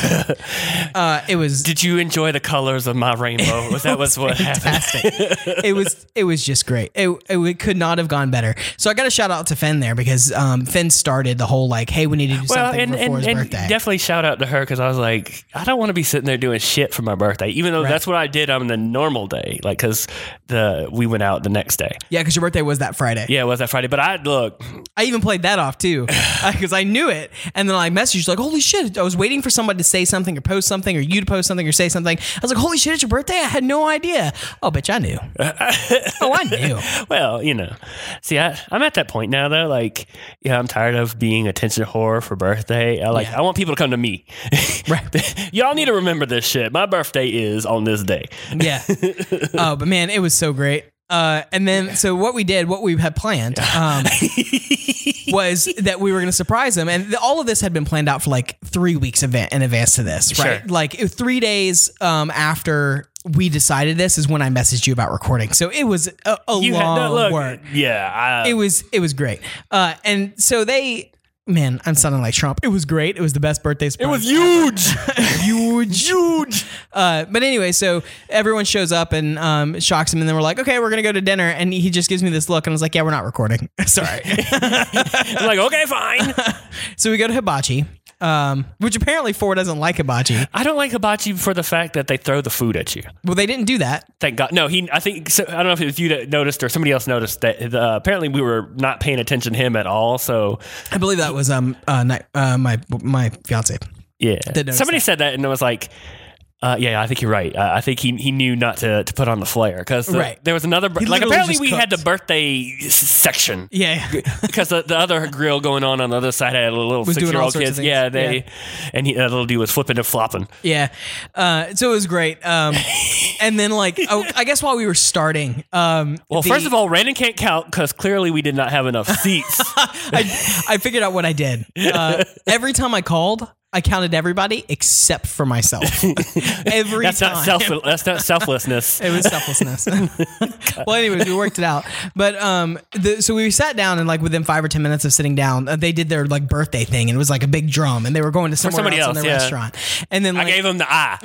Speaker 1: Uh, it was
Speaker 2: Did you enjoy the colors of my rainbow? Was that was
Speaker 1: [laughs]
Speaker 2: what happened?
Speaker 1: fantastic. it was it was just great. It, it, it could not have gone better. So I got a shout out to Finn there because um, Finn started the whole like, hey, we need to do something before his birthday.
Speaker 2: definitely shout out to her because I was like, I don't want to be sitting there doing shit for my birthday, even though that's what I did on the normal day, like because the we went out the next day.
Speaker 1: yeah, because your birthday was that Friday.
Speaker 2: Yeah, it was that Friday, but I look,
Speaker 1: I even played that off too because I knew it, and then I messaged like, holy shit! I was waiting for somebody to say something or post something or you to post something or say something. I was like, holy shit! It's your birthday. I had no idea. Oh, bitch, I knew. oh, I knew.
Speaker 2: well, you know, see, I, I'm at that point now though. Like, yeah, I'm tired of being attention whore for birthday. I like,
Speaker 1: Yeah.
Speaker 2: I want people to come to me. [laughs]
Speaker 1: Right.
Speaker 2: Y'all need to remember this shit. My birthday is on this day. [laughs]
Speaker 1: Yeah. oh, but man, it was so great. Uh, and then, so what we did, what we had planned,
Speaker 2: [laughs]
Speaker 1: um, was that we were going to surprise him, and the, all of this had been planned out for like three weeks event in advance to this, right?
Speaker 2: Sure.
Speaker 1: Like it- three days um, after we decided this is when I messaged you about recording. So it was a, a
Speaker 2: You
Speaker 1: long
Speaker 2: had no look.
Speaker 1: work.
Speaker 2: Yeah, I,
Speaker 1: It was it was great. Uh, and so they, man, I'm sounding like Trump. It was great. It was the best birthday.
Speaker 2: it was huge.
Speaker 1: huge, huge. Uh, but anyway, so everyone shows up and um, shocks him, and then we're like, okay, we're gonna go to dinner, and he just gives me this look, and I was like, yeah, we're not recording. [laughs] Sorry.
Speaker 2: I'm [laughs] like, okay, fine.
Speaker 1: so we go to hibachi, um, which apparently Four doesn't like hibachi.
Speaker 2: I don't like hibachi for the fact that they throw the food at you.
Speaker 1: Well, they didn't do that.
Speaker 2: Thank God. No, he. I think so, I don't know if it was you that noticed or somebody else noticed that. Uh, apparently, we were not paying attention to him at all. So
Speaker 1: I believe that was um uh, ni- uh my my fiance.
Speaker 2: yeah,
Speaker 1: notice
Speaker 2: somebody said that, and I was like. Uh, yeah, I think you're right. Uh, I think he, he knew not to, to put on the flare because
Speaker 1: Right.
Speaker 2: there was another bir-
Speaker 1: He
Speaker 2: like
Speaker 1: literally
Speaker 2: apparently
Speaker 1: just
Speaker 2: we had the
Speaker 1: cooked.
Speaker 2: birthday
Speaker 1: [laughs]
Speaker 2: s- section
Speaker 1: Yeah.
Speaker 2: because the, the other grill going on on the other side had a little
Speaker 1: Was
Speaker 2: six
Speaker 1: doing
Speaker 2: year
Speaker 1: all
Speaker 2: old
Speaker 1: sorts of
Speaker 2: kids.
Speaker 1: things.
Speaker 2: Yeah, they and he, that little dude was flipping and flopping.
Speaker 1: Yeah. Uh, so it was great. Um, and then like, oh, I guess while we were starting, um,
Speaker 2: Well,
Speaker 1: the-
Speaker 2: first of all, Brandon can't count because clearly we did not have enough
Speaker 1: [laughs]
Speaker 2: seats.
Speaker 1: I, I figured out what I did. Uh, every time I called, I counted everybody except for myself.
Speaker 2: [laughs]
Speaker 1: every
Speaker 2: that's
Speaker 1: time.
Speaker 2: not self. That's not selflessness.
Speaker 1: it was selflessness. [laughs] well, anyways, we worked it out. But um, the, so we sat down and like within five or ten minutes of sitting down, uh, they did their like birthday thing and it was like a big drum and they were going to somewhere
Speaker 2: somebody
Speaker 1: else, in
Speaker 2: else,
Speaker 1: their
Speaker 2: yeah.
Speaker 1: restaurant. And then
Speaker 2: I
Speaker 1: like [laughs]
Speaker 2: gave him the eye. [laughs]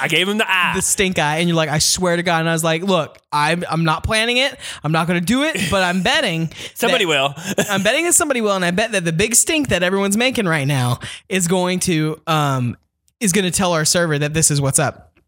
Speaker 2: I gave him the eye.
Speaker 1: the stink eye and you're like, I swear to God. And I was like, look, I'm, I'm not planning it. I'm not going to do it, but I'm betting.
Speaker 2: Somebody
Speaker 1: that-
Speaker 2: will.
Speaker 1: [laughs] I'm betting that somebody will, and I bet that the big stink that everyone's making right now is going to um is going to tell our server that this is what's up.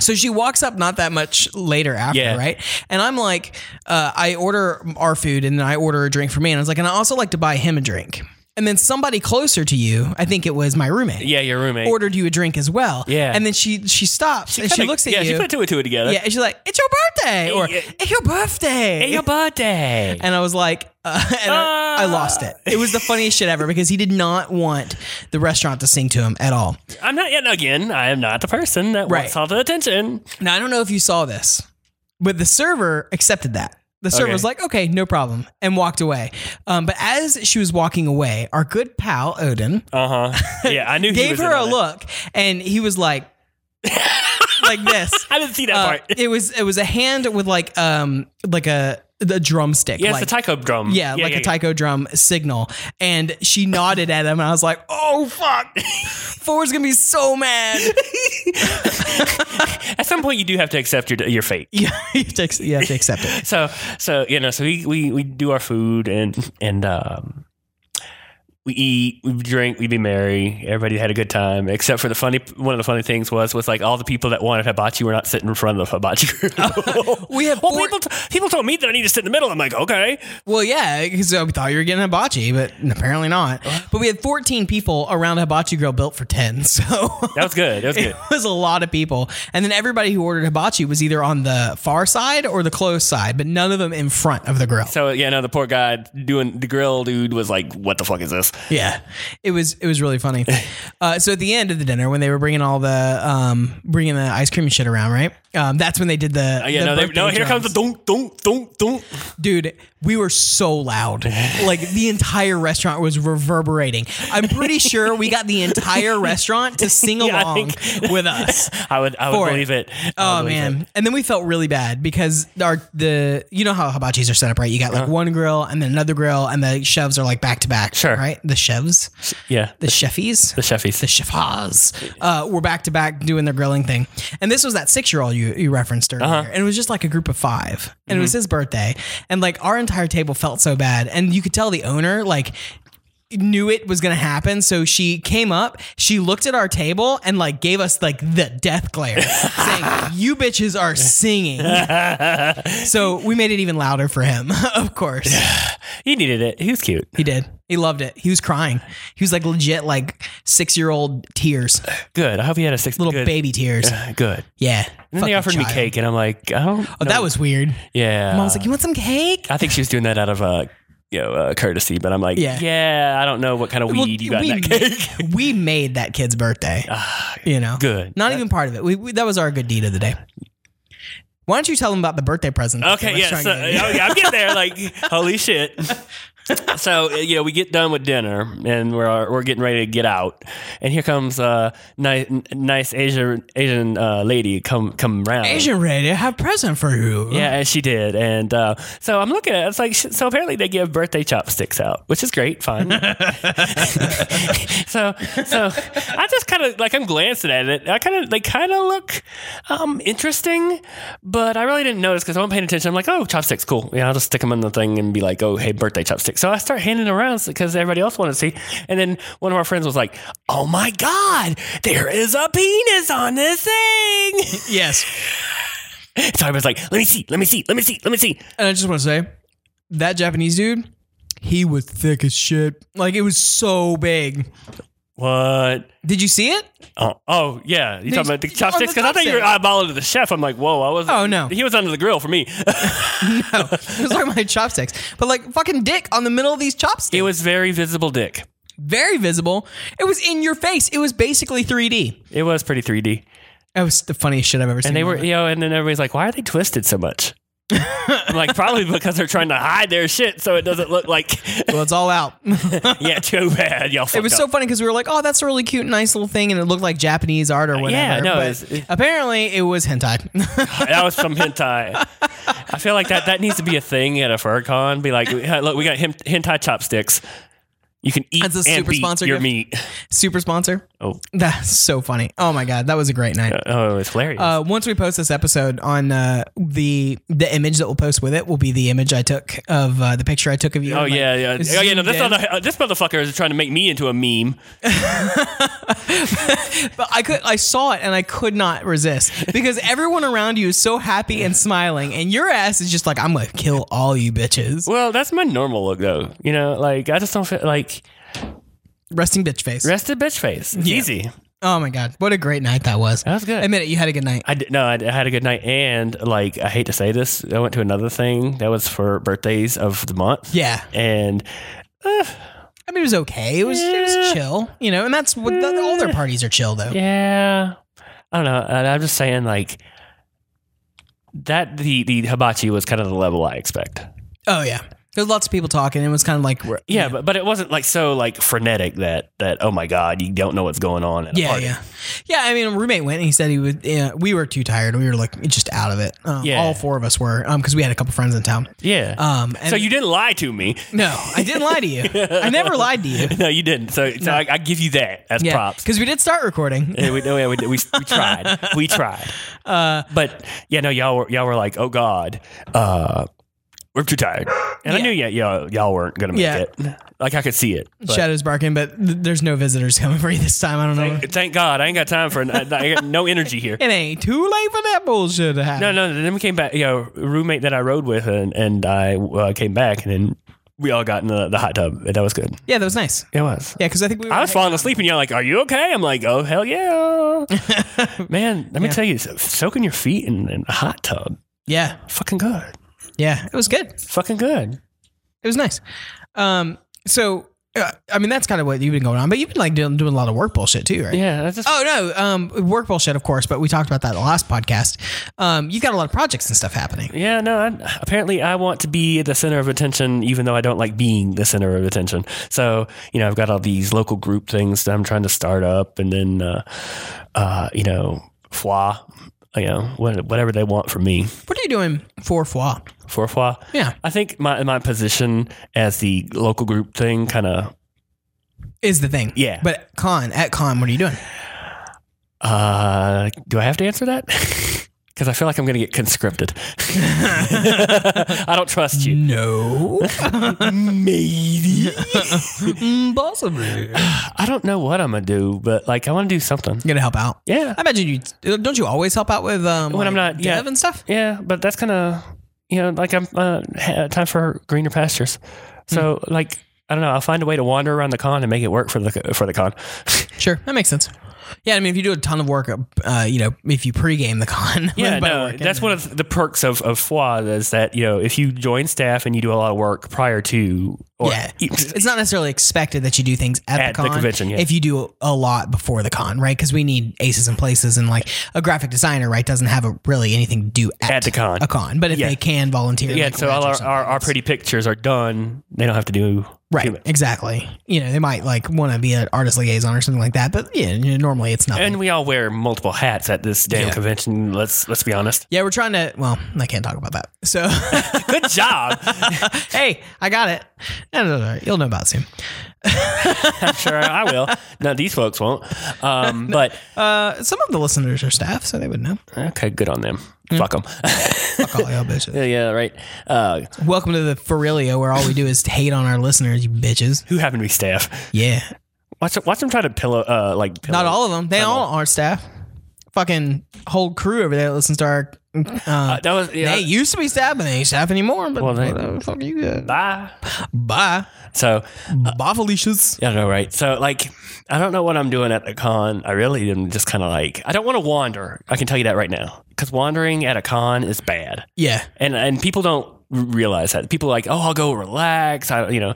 Speaker 1: So she walks up not that much later after,
Speaker 2: Yeah.
Speaker 1: right? And I'm like, uh, I order our food and then I order a drink for me, and I was like, and I also like to buy him a drink. And then somebody closer to you, I think it was my roommate,
Speaker 2: Yeah, your roommate.
Speaker 1: ordered you a drink as well.
Speaker 2: Yeah.
Speaker 1: And then she she stops and she
Speaker 2: Kinda-
Speaker 1: looks at
Speaker 2: yeah,
Speaker 1: you.
Speaker 2: she put two and two together.
Speaker 1: yeah, and she's like, "It's your birthday," or
Speaker 2: yeah.
Speaker 1: "It's your birthday."
Speaker 2: Hey, your birthday.
Speaker 1: And I was like, [laughs] uh, and I, I lost it. It was the funniest shit ever because he did not want the restaurant to sing to him at all.
Speaker 2: I'm not yet again. I am not the person that
Speaker 1: Right.
Speaker 2: wants all the attention.
Speaker 1: Now, I don't know if you saw this, but the server accepted that. The server
Speaker 2: Okay.
Speaker 1: was like, okay, no problem, and walked away. Um, but as she was walking away, our good pal, Odin,
Speaker 2: Uh huh. Yeah, I knew. he
Speaker 1: gave
Speaker 2: was in
Speaker 1: her a
Speaker 2: on it.
Speaker 1: look and he was
Speaker 2: [laughs]
Speaker 1: like, like this.
Speaker 2: I didn't see that
Speaker 1: Uh,
Speaker 2: part.
Speaker 1: it was it was a hand with like um like a the drumstick
Speaker 2: Yeah,
Speaker 1: like
Speaker 2: it's a taiko drum.
Speaker 1: Yeah, like a taiko drum signal. And she nodded at him, and I was like, oh, fuck. [laughs] Four's gonna be so [laughs] mad.
Speaker 2: At some point, you do have to accept your your fate.
Speaker 1: Yeah, you have to, ac- you have to accept it.
Speaker 2: so so you know so we we, we do our food and and um we eat, we drink, we be merry. Everybody had a good time, except for the funny. One of the funny things was was like all the people that wanted hibachi were not sitting in front of the hibachi
Speaker 1: [laughs]
Speaker 2: [laughs] group.
Speaker 1: We have
Speaker 2: well,
Speaker 1: four-
Speaker 2: people t- people told me that I need to sit in the middle. I'm like, okay,
Speaker 1: Well, yeah, because I thought you were getting hibachi, but apparently not. But we had 14 people around a hibachi grill built for 10, [laughs] so
Speaker 2: that was good. That was
Speaker 1: it
Speaker 2: good.
Speaker 1: was a lot of people. And then everybody who ordered hibachi was either on the far side or the close side, but none of them in front of the grill.
Speaker 2: So yeah, no, the poor guy doing the grill dude was like, what the fuck is this?
Speaker 1: Yeah, it was it was really
Speaker 2: [laughs]
Speaker 1: funny. Uh, so at the end of the dinner, when they were bringing all the um, bringing the ice cream and shit around, right? Um, that's when they did the
Speaker 2: Uh, yeah,
Speaker 1: the
Speaker 2: no, they,
Speaker 1: birthday
Speaker 2: no. Here comes the
Speaker 1: drums.
Speaker 2: don't, don't, don't, don't.
Speaker 1: dude. We were so
Speaker 2: [laughs]
Speaker 1: loud, like the entire restaurant was reverberating. I'm
Speaker 2: [laughs]
Speaker 1: pretty sure we got the entire restaurant to sing
Speaker 2: Yeah, I
Speaker 1: along [laughs]
Speaker 2: think-
Speaker 1: with us.
Speaker 2: [laughs] I would, I would
Speaker 1: For it.
Speaker 2: believe it. I
Speaker 1: Oh
Speaker 2: would believe
Speaker 1: man! And then we felt really bad because our the you know how hibachis are set up, right? You got
Speaker 2: Uh-huh.
Speaker 1: like one grill and then another grill, and the chefs are like back to back,
Speaker 2: Sure.
Speaker 1: Right? The chefs,
Speaker 2: it. yeah,
Speaker 1: the
Speaker 2: the,
Speaker 1: chefies,
Speaker 2: the chefies.
Speaker 1: the chefs uh, were back to back doing their grilling thing. And this was that six year old you, you referenced earlier. And it was just like a group of five. And it was his birthday. And like our entire table felt so bad. And you could tell the owner, like, knew it was going to happen so she came up she looked at our table and like gave us like the death glare saying you bitches are singing so we made it even louder for him [laughs] of course
Speaker 2: he needed it. He was cute.
Speaker 1: he did he loved it he was crying he was like legit like 6 year old tears
Speaker 2: Good. I hope he had a six
Speaker 1: little
Speaker 2: good. uh,
Speaker 1: baby tears.
Speaker 2: Good.
Speaker 1: Yeah.
Speaker 2: And then they
Speaker 1: Fucking
Speaker 2: offered me
Speaker 1: child.
Speaker 2: cake, Uh, and I'm like, I don't.
Speaker 1: Oh, that was weird.
Speaker 2: yeah.
Speaker 1: Mom's like, "You want some cake?"
Speaker 2: I think she was doing that out of uh, you know, uh, courtesy, but I'm like,
Speaker 1: Yeah.
Speaker 2: yeah. I don't know what kind of weed
Speaker 1: Well,
Speaker 2: you got
Speaker 1: we,
Speaker 2: in that cake. [laughs]
Speaker 1: [laughs]
Speaker 2: Ah,
Speaker 1: we made that kid's birthday. you know,
Speaker 2: good.
Speaker 1: Not even part of it. We, we that was our good deed of the day. Why don't you tell them about the birthday present? that the
Speaker 2: Okay, yeah,
Speaker 1: restaurant
Speaker 2: so,
Speaker 1: gave you?
Speaker 2: oh, yeah, I'm getting there. Like, holy shit. So, uh, you know, we get done with dinner and we're we're getting ready to get out, and here comes a nice nice Asian Asian uh, lady come come round.
Speaker 1: Asian ready have present for you.
Speaker 2: Yeah, and she did. And uh, so I'm looking at it. It's like, sh- so apparently they give birthday chopsticks out, which is great, fine. so, so I just kind of like, I'm glancing at it. I kind of, they kind of look um, interesting, but I really didn't notice because I wasn't paying attention. I'm like, oh, chopsticks, cool. Yeah, I'll just stick them in the thing and be like, oh, hey, birthday chopsticks. So I start handing around because everybody else wanted to see. And then one of our friends was like, oh my God, there is a penis on this thing. [laughs]
Speaker 1: Yes.
Speaker 2: so I was like, let me see, let me see, let me see, let me see.
Speaker 1: And I just want to say that Japanese dude, he was thick as shit. Like it was so big.
Speaker 2: What?
Speaker 1: Did you see it?
Speaker 2: Oh, oh yeah. You
Speaker 1: No,
Speaker 2: talking about the
Speaker 1: on
Speaker 2: chopsticks?
Speaker 1: the
Speaker 2: Because I think you're
Speaker 1: chopsticks.
Speaker 2: eyeballing to the chef. I'm like, whoa, I was.
Speaker 1: Oh, no.
Speaker 2: He was under the grill for me. [laughs]
Speaker 1: No, [laughs] it was like my chopsticks, but like fucking dick on the middle of these chopsticks.
Speaker 2: it was very visible dick.
Speaker 1: very visible. It was in your face. It was basically 3D.
Speaker 2: It was pretty 3D.
Speaker 1: That was the funniest shit I've ever seen.
Speaker 2: And they
Speaker 1: in my
Speaker 2: were,
Speaker 1: life.
Speaker 2: you know, and then everybody's like, why are they twisted
Speaker 1: [laughs]
Speaker 2: so much? I'm like, probably because they're trying to hide their shit so it doesn't look like, [laughs]
Speaker 1: well, it's all out. [laughs] it
Speaker 2: yeah, too bad. Y'all fucked
Speaker 1: was so
Speaker 2: up.
Speaker 1: funny because we were like, "Oh, that's a really cute, nice little thing," and it looked like Japanese art or whatever.
Speaker 2: yeah, no,
Speaker 1: but
Speaker 2: it's- it-
Speaker 1: apparently it was hentai. [laughs]
Speaker 2: [laughs] That was some hentai. I feel like that, that needs to be a thing at a fur con. Be like, "Hey, look, we got hem- hentai chopsticks. You can eat
Speaker 1: That's a
Speaker 2: and
Speaker 1: super
Speaker 2: beat
Speaker 1: sponsor
Speaker 2: your
Speaker 1: gift.
Speaker 2: meat.
Speaker 1: Super sponsor.
Speaker 2: Oh.
Speaker 1: that's so funny. Oh my god, that was a great night.
Speaker 2: Oh, it's hilarious.
Speaker 1: Uh, once we post this episode on uh, the the image that we'll post with it will be the image I took of uh, the picture I took of you.
Speaker 2: Oh
Speaker 1: Like,
Speaker 2: yeah, yeah. Oh yeah, no,
Speaker 1: zoomed
Speaker 2: this,
Speaker 1: in.
Speaker 2: other, uh, this motherfucker is trying to make me into a meme.
Speaker 1: But I could, I saw it and I could not resist
Speaker 2: [laughs]
Speaker 1: because everyone around you is so happy and smiling, and your ass is just like, I'm gonna kill all you bitches.
Speaker 2: Well, that's my normal look though. You know, like I just don't feel like
Speaker 1: Resting bitch face.
Speaker 2: rested bitch face. It's Easy.
Speaker 1: oh my god, what a great night that was.
Speaker 2: That was good.
Speaker 1: Admit it, you had a good night.
Speaker 2: I did, no, I, I had a good night, and like I hate to say this, I went to another thing that was for birthdays of the month.
Speaker 1: yeah,
Speaker 2: and
Speaker 1: I mean it was okay. It was, it was
Speaker 2: Yeah.
Speaker 1: chill, you know, and that's what the, all their parties are chill though.
Speaker 2: yeah, I don't know. And I'm just saying, like that the the hibachi was kind of the level I expect.
Speaker 1: Oh yeah, there's lots of people talking. It was kind of like
Speaker 2: Yeah, But, but it wasn't like so like frenetic that that oh my god you don't know what's going on. At a
Speaker 1: Yeah,
Speaker 2: party.
Speaker 1: yeah, yeah. I mean, a roommate went and he said he would. Yeah, we were too tired. We were like just out of it. Um,
Speaker 2: Yeah.
Speaker 1: all four of us were, because we had a couple friends in town.
Speaker 2: yeah.
Speaker 1: Um, and
Speaker 2: so you didn't lie to me. [laughs]
Speaker 1: No, I didn't lie to you. I never lied to you.
Speaker 2: No, you didn't. So, so I, I give you that as props.
Speaker 1: because we did start recording.
Speaker 2: Yeah, we, no, yeah, we, we, we tried.
Speaker 1: [laughs]
Speaker 2: We tried. but yeah, no, y'all were y'all were like, oh god, uh, we're too tired. And I
Speaker 1: Yeah.
Speaker 2: knew yeah, y'all, y'all weren't gonna make
Speaker 1: Yeah.
Speaker 2: it. Like I could see it. but-
Speaker 1: Shadows barking, but th- there's no visitors coming for you this time. I don't know.
Speaker 2: Thank, thank God, I ain't got time for. an- I got no energy
Speaker 1: [laughs]
Speaker 2: here.
Speaker 1: It ain't too late for that bullshit to happen.
Speaker 2: No, no. Then we came back. You know, roommate that I rode with, and, and I uh, came back, and then we all got in the, the hot tub, and that was good.
Speaker 1: Yeah, that was nice.
Speaker 2: It was.
Speaker 1: Yeah, because I think we were
Speaker 2: I was falling asleep, and y'all like, "Are you okay?" I'm like, "Oh hell yeah, man!" Let me tell you, soaking your feet in, in a hot tub,
Speaker 1: Yeah,
Speaker 2: fucking good,
Speaker 1: yeah, it was good.
Speaker 2: fucking good.
Speaker 1: It was nice. Um, so uh, I mean, that's kind of what you've been going on, but you've been like doing, doing a lot of work bullshit too, right?
Speaker 2: Yeah, that's just.
Speaker 1: Oh no, um, work bullshit, of course. But we talked about that in the last podcast. Um, you got a lot of projects and stuff happening.
Speaker 2: Yeah, no. I, apparently, I want to be the center of attention, even though I don't like being the center of attention. So, you know, I've got all these local group things that I'm trying to start up, and then, uh, uh, you know, foie, you know, what- whatever they want from me
Speaker 1: What are you doing for Foie?
Speaker 2: for foie.
Speaker 1: Yeah,
Speaker 2: I think my my position as the local group thing kind of
Speaker 1: is the thing.
Speaker 2: Yeah.
Speaker 1: But con at con, what are you doing?
Speaker 2: Uh, do I have to answer that? [laughs] Because I feel like I'm going to get conscripted. [laughs] I don't trust you.
Speaker 1: No,
Speaker 2: [laughs] Maybe.
Speaker 1: possibly.
Speaker 2: I don't know what I'm going to do, but like I want to do something.
Speaker 1: Gonna help out.
Speaker 2: Yeah.
Speaker 1: I imagine you don't. You always help out with um,
Speaker 2: When I'm
Speaker 1: like,
Speaker 2: not-
Speaker 1: dev
Speaker 2: yeah.
Speaker 1: and stuff.
Speaker 2: Yeah. But that's kind of, you know, like I'm uh, ha- time for greener pastures. So
Speaker 1: Hmm.
Speaker 2: like, I don't know. I'll find a way to wander around the con and make it work for the for
Speaker 1: [laughs]
Speaker 2: the con.
Speaker 1: Sure, that makes sense. Yeah, I mean, if you do a ton of work, uh, you know, if you pregame the con, [laughs]
Speaker 2: Yeah,
Speaker 1: by
Speaker 2: no,
Speaker 1: working,
Speaker 2: that's one of the perks of of FWA is that you know if you join staff and you do a lot of work prior to or [laughs] e,
Speaker 1: yeah, it's not necessarily expected that you do things at,
Speaker 2: At
Speaker 1: the
Speaker 2: the
Speaker 1: con.
Speaker 2: convention, yeah.
Speaker 1: If you do a lot before the con, right? Because we need aces and places, and like a graphic designer, right, doesn't have a, really anything to do at,
Speaker 2: At the con.
Speaker 1: A con, but if
Speaker 2: Yeah.
Speaker 1: they can volunteer,
Speaker 2: Yeah,
Speaker 1: like,
Speaker 2: so
Speaker 1: rent
Speaker 2: all
Speaker 1: or
Speaker 2: our,
Speaker 1: something,
Speaker 2: our, our
Speaker 1: it's-
Speaker 2: pretty pictures are done. They don't have to do
Speaker 1: right,
Speaker 2: too much.
Speaker 1: exactly. You know, they might like want to be an artist liaison or something like that, but yeah, you know, normally it's nothing.
Speaker 2: And we all wear multiple hats at this damn
Speaker 1: Yeah.
Speaker 2: convention. Let's let's be honest.
Speaker 1: yeah, we're trying to. Well, I can't talk about that. So, [laughs]
Speaker 2: Good job.
Speaker 1: hey, I got it. No, no, no, you'll know about it soon.
Speaker 2: I'm sure I will. No, these folks won't.
Speaker 1: [laughs]
Speaker 2: Um, but
Speaker 1: Uh, some of the listeners are staff, so they would know.
Speaker 2: okay, good on them.
Speaker 1: Hmm.
Speaker 2: Fuck 'em. [laughs] Fuck them.
Speaker 1: Fuck all y'all bitches.
Speaker 2: [laughs] yeah, yeah, right. Uh,
Speaker 1: Welcome to the Ferilio, where all we do is hate on our listeners, you bitches.
Speaker 2: who happen to be staff?
Speaker 1: Yeah,
Speaker 2: Watch watch them try to pillow uh, like pillow.
Speaker 1: not all of them. They
Speaker 2: Not
Speaker 1: all are staff. Fucking whole crew over there that listens to our. Uh,
Speaker 2: Uh, that was yeah.
Speaker 1: They used to be staff, and they ain't staff anymore. But
Speaker 2: Well, they-
Speaker 1: whatever the fuck you good.
Speaker 2: Bye. Uh,
Speaker 1: Bye,
Speaker 2: So
Speaker 1: bye, Felicia's.
Speaker 2: Yeah, I know, right? So, like, I don't know what I'm doing at the con. I really am just kind of like, I don't want to wander. I can tell you that right now, because wandering at a con is bad,
Speaker 1: Yeah,
Speaker 2: and and people don't r- realize that. People are like, oh, I'll go relax. I, you know,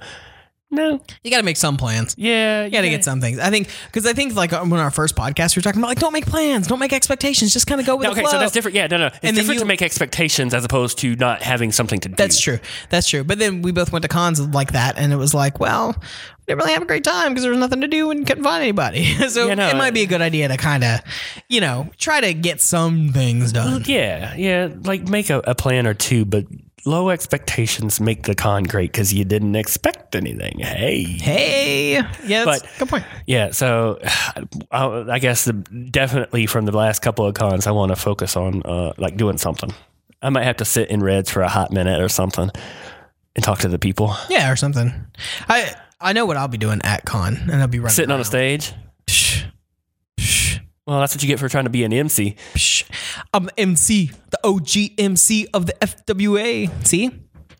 Speaker 2: no,
Speaker 1: you got to make some plans.
Speaker 2: yeah,
Speaker 1: You got to get some things. I think because I think like uh, when our first podcast, we were talking about like don't make plans, don't make expectations, just kind of go with
Speaker 2: No,
Speaker 1: the
Speaker 2: okay,
Speaker 1: flow.
Speaker 2: so that's different. Yeah, no, no, it's
Speaker 1: then
Speaker 2: different
Speaker 1: you-
Speaker 2: to make expectations as opposed to not having something to do.
Speaker 1: That's true. That's true. But then we both went to cons like that, and it was like, well, we didn't really have a great time because there was nothing to do and couldn't find anybody. [laughs] so
Speaker 2: Yeah, no,
Speaker 1: it might be a good idea to kind of, you know, try to get some things done.
Speaker 2: Yeah, yeah, like make a, a plan or two, but low expectations make the con great because you didn't expect anything. Hey.
Speaker 1: Hey, yeah, that's
Speaker 2: But-
Speaker 1: good point.
Speaker 2: Yeah, so [sighs] I, I guess the, definitely from the last couple of cons, I want to focus on uh, like doing something. I might have to sit in reds for a hot minute or something and talk to the people.
Speaker 1: Yeah, or something. I I know what I'll be doing at con, and I'll be running
Speaker 2: Sitting on a
Speaker 1: around.
Speaker 2: stage.
Speaker 1: Psh, psh,
Speaker 2: Well, that's what you get for trying to be an MC.
Speaker 1: psh. I'm the MC, the OG MC of the FWA. See,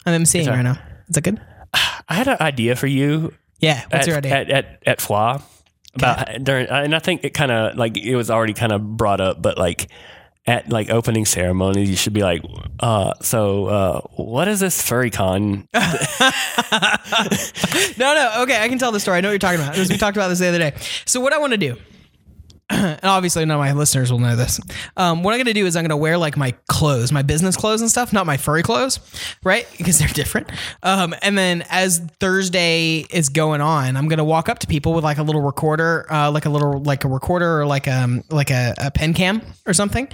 Speaker 1: I'm MCing right now. Is that good?
Speaker 2: I had an idea for you
Speaker 1: Yeah. What's
Speaker 2: at,
Speaker 1: your idea?
Speaker 2: at at at FWA about uh, during, and I think it kind of like it was already kind of brought up, but like at like opening ceremonies, you should be like, uh, so uh, what is this
Speaker 1: [laughs]
Speaker 2: furry con?
Speaker 1: No, no. Okay, I can tell the story. I know what you're talking about. It was- We talked about this the other day. So what I want to do, and obviously none of my listeners will know this. Um, what I'm going to do is I'm going to wear like my clothes, my business clothes and stuff, not my furry clothes, right? [laughs] Because they're different. Um, and then as Thursday is going on, I'm going to walk up to people with like a little recorder, uh, like a little like a recorder or like um like a, a pen cam or something.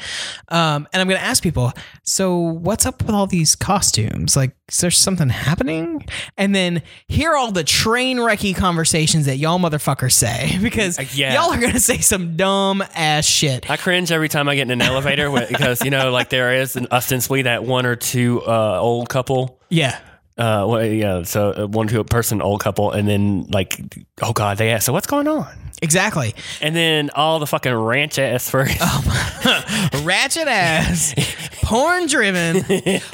Speaker 1: Um, and I'm going to ask people, so what's up with all these costumes? Like is there something happening? And then hear all the train wrecky conversations that y'all motherfuckers say [laughs] because
Speaker 2: Uh, yeah.
Speaker 1: y'all are gonna say some dumb ass shit.
Speaker 2: I cringe every time I get in an elevator wi- because you know, like there is an, ostensibly that one or two uh, old couple.
Speaker 1: Yeah.
Speaker 2: Uh, well, yeah, so uh, one to a person, old couple, and then like, oh god, they ask, so what's going on?
Speaker 1: Exactly.
Speaker 2: And then all the fucking ranch ass for
Speaker 1: [laughs] Ratchet
Speaker 2: [laughs]
Speaker 1: ass, porn driven.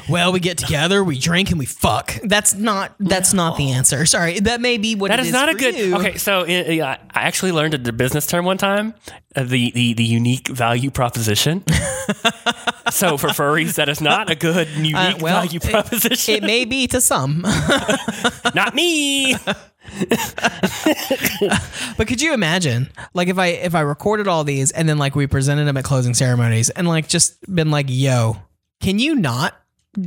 Speaker 1: Well, we get together, we drink, and we fuck. That's not. That's not the answer. Sorry, that may be what
Speaker 2: that
Speaker 1: it
Speaker 2: is not a
Speaker 1: for
Speaker 2: good.
Speaker 1: you.
Speaker 2: Okay, so uh, uh, I I actually learned a d- business term one time, uh, the the the unique value proposition. [laughs] so for furries, that is not a good unique
Speaker 1: Uh, well,
Speaker 2: value
Speaker 1: it-
Speaker 2: proposition.
Speaker 1: It may be to some,
Speaker 2: not me.
Speaker 1: but could you imagine, like, if I if I recorded all these and then like we presented them at closing ceremonies and like just been like, "Yo, can you not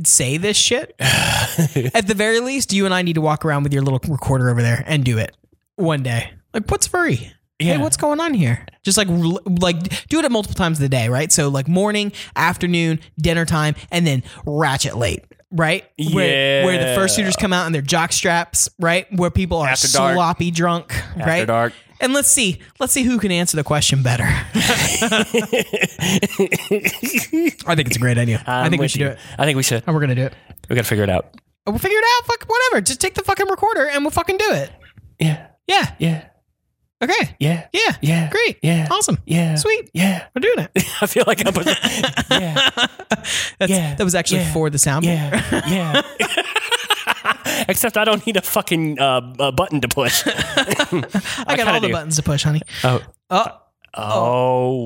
Speaker 1: say this
Speaker 2: [laughs]
Speaker 1: shit?" at the very least, you and I need to walk around with your little recorder over there and do it one day. Like, what's free?
Speaker 2: Yeah.
Speaker 1: Hey, what's going on here? Just like rel- like do it at multiple times of the day, right? So like morning, afternoon, dinner time, and then ratchet late, right? Where, where the
Speaker 2: Yeah.
Speaker 1: first shooters come out in their jock straps, right? Where people are
Speaker 2: After dark.
Speaker 1: sloppy drunk, right?
Speaker 2: [laughs] dark.
Speaker 1: And let's see, let's see who can answer the question better. [laughs] I think it's a great idea. i
Speaker 2: I'm
Speaker 1: think we
Speaker 2: with
Speaker 1: should
Speaker 2: you.
Speaker 1: do it.
Speaker 2: I think we should.
Speaker 1: And we're gonna do it.
Speaker 2: We got to figure it out.
Speaker 1: And We'll figure it out. Fuck whatever. Just take the fucking recorder and we'll fucking do it.
Speaker 2: Yeah,
Speaker 1: Yeah.
Speaker 2: yeah,
Speaker 1: Okay.
Speaker 2: yeah,
Speaker 1: Yeah.
Speaker 2: yeah,
Speaker 1: Great.
Speaker 2: yeah,
Speaker 1: Awesome.
Speaker 2: yeah,
Speaker 1: Sweet.
Speaker 2: yeah.
Speaker 1: We're doing
Speaker 2: [laughs]
Speaker 1: it.
Speaker 2: I feel like I'm. yeah,
Speaker 1: That's,
Speaker 2: Yeah.
Speaker 1: That was actually
Speaker 2: Yeah.
Speaker 1: for the sound.
Speaker 2: yeah, yeah. Except I don't need a fucking uh, a button to push.
Speaker 1: [laughs] I got
Speaker 2: kinda
Speaker 1: all the
Speaker 2: do.
Speaker 1: buttons to push, honey.
Speaker 2: Oh,
Speaker 1: Oh,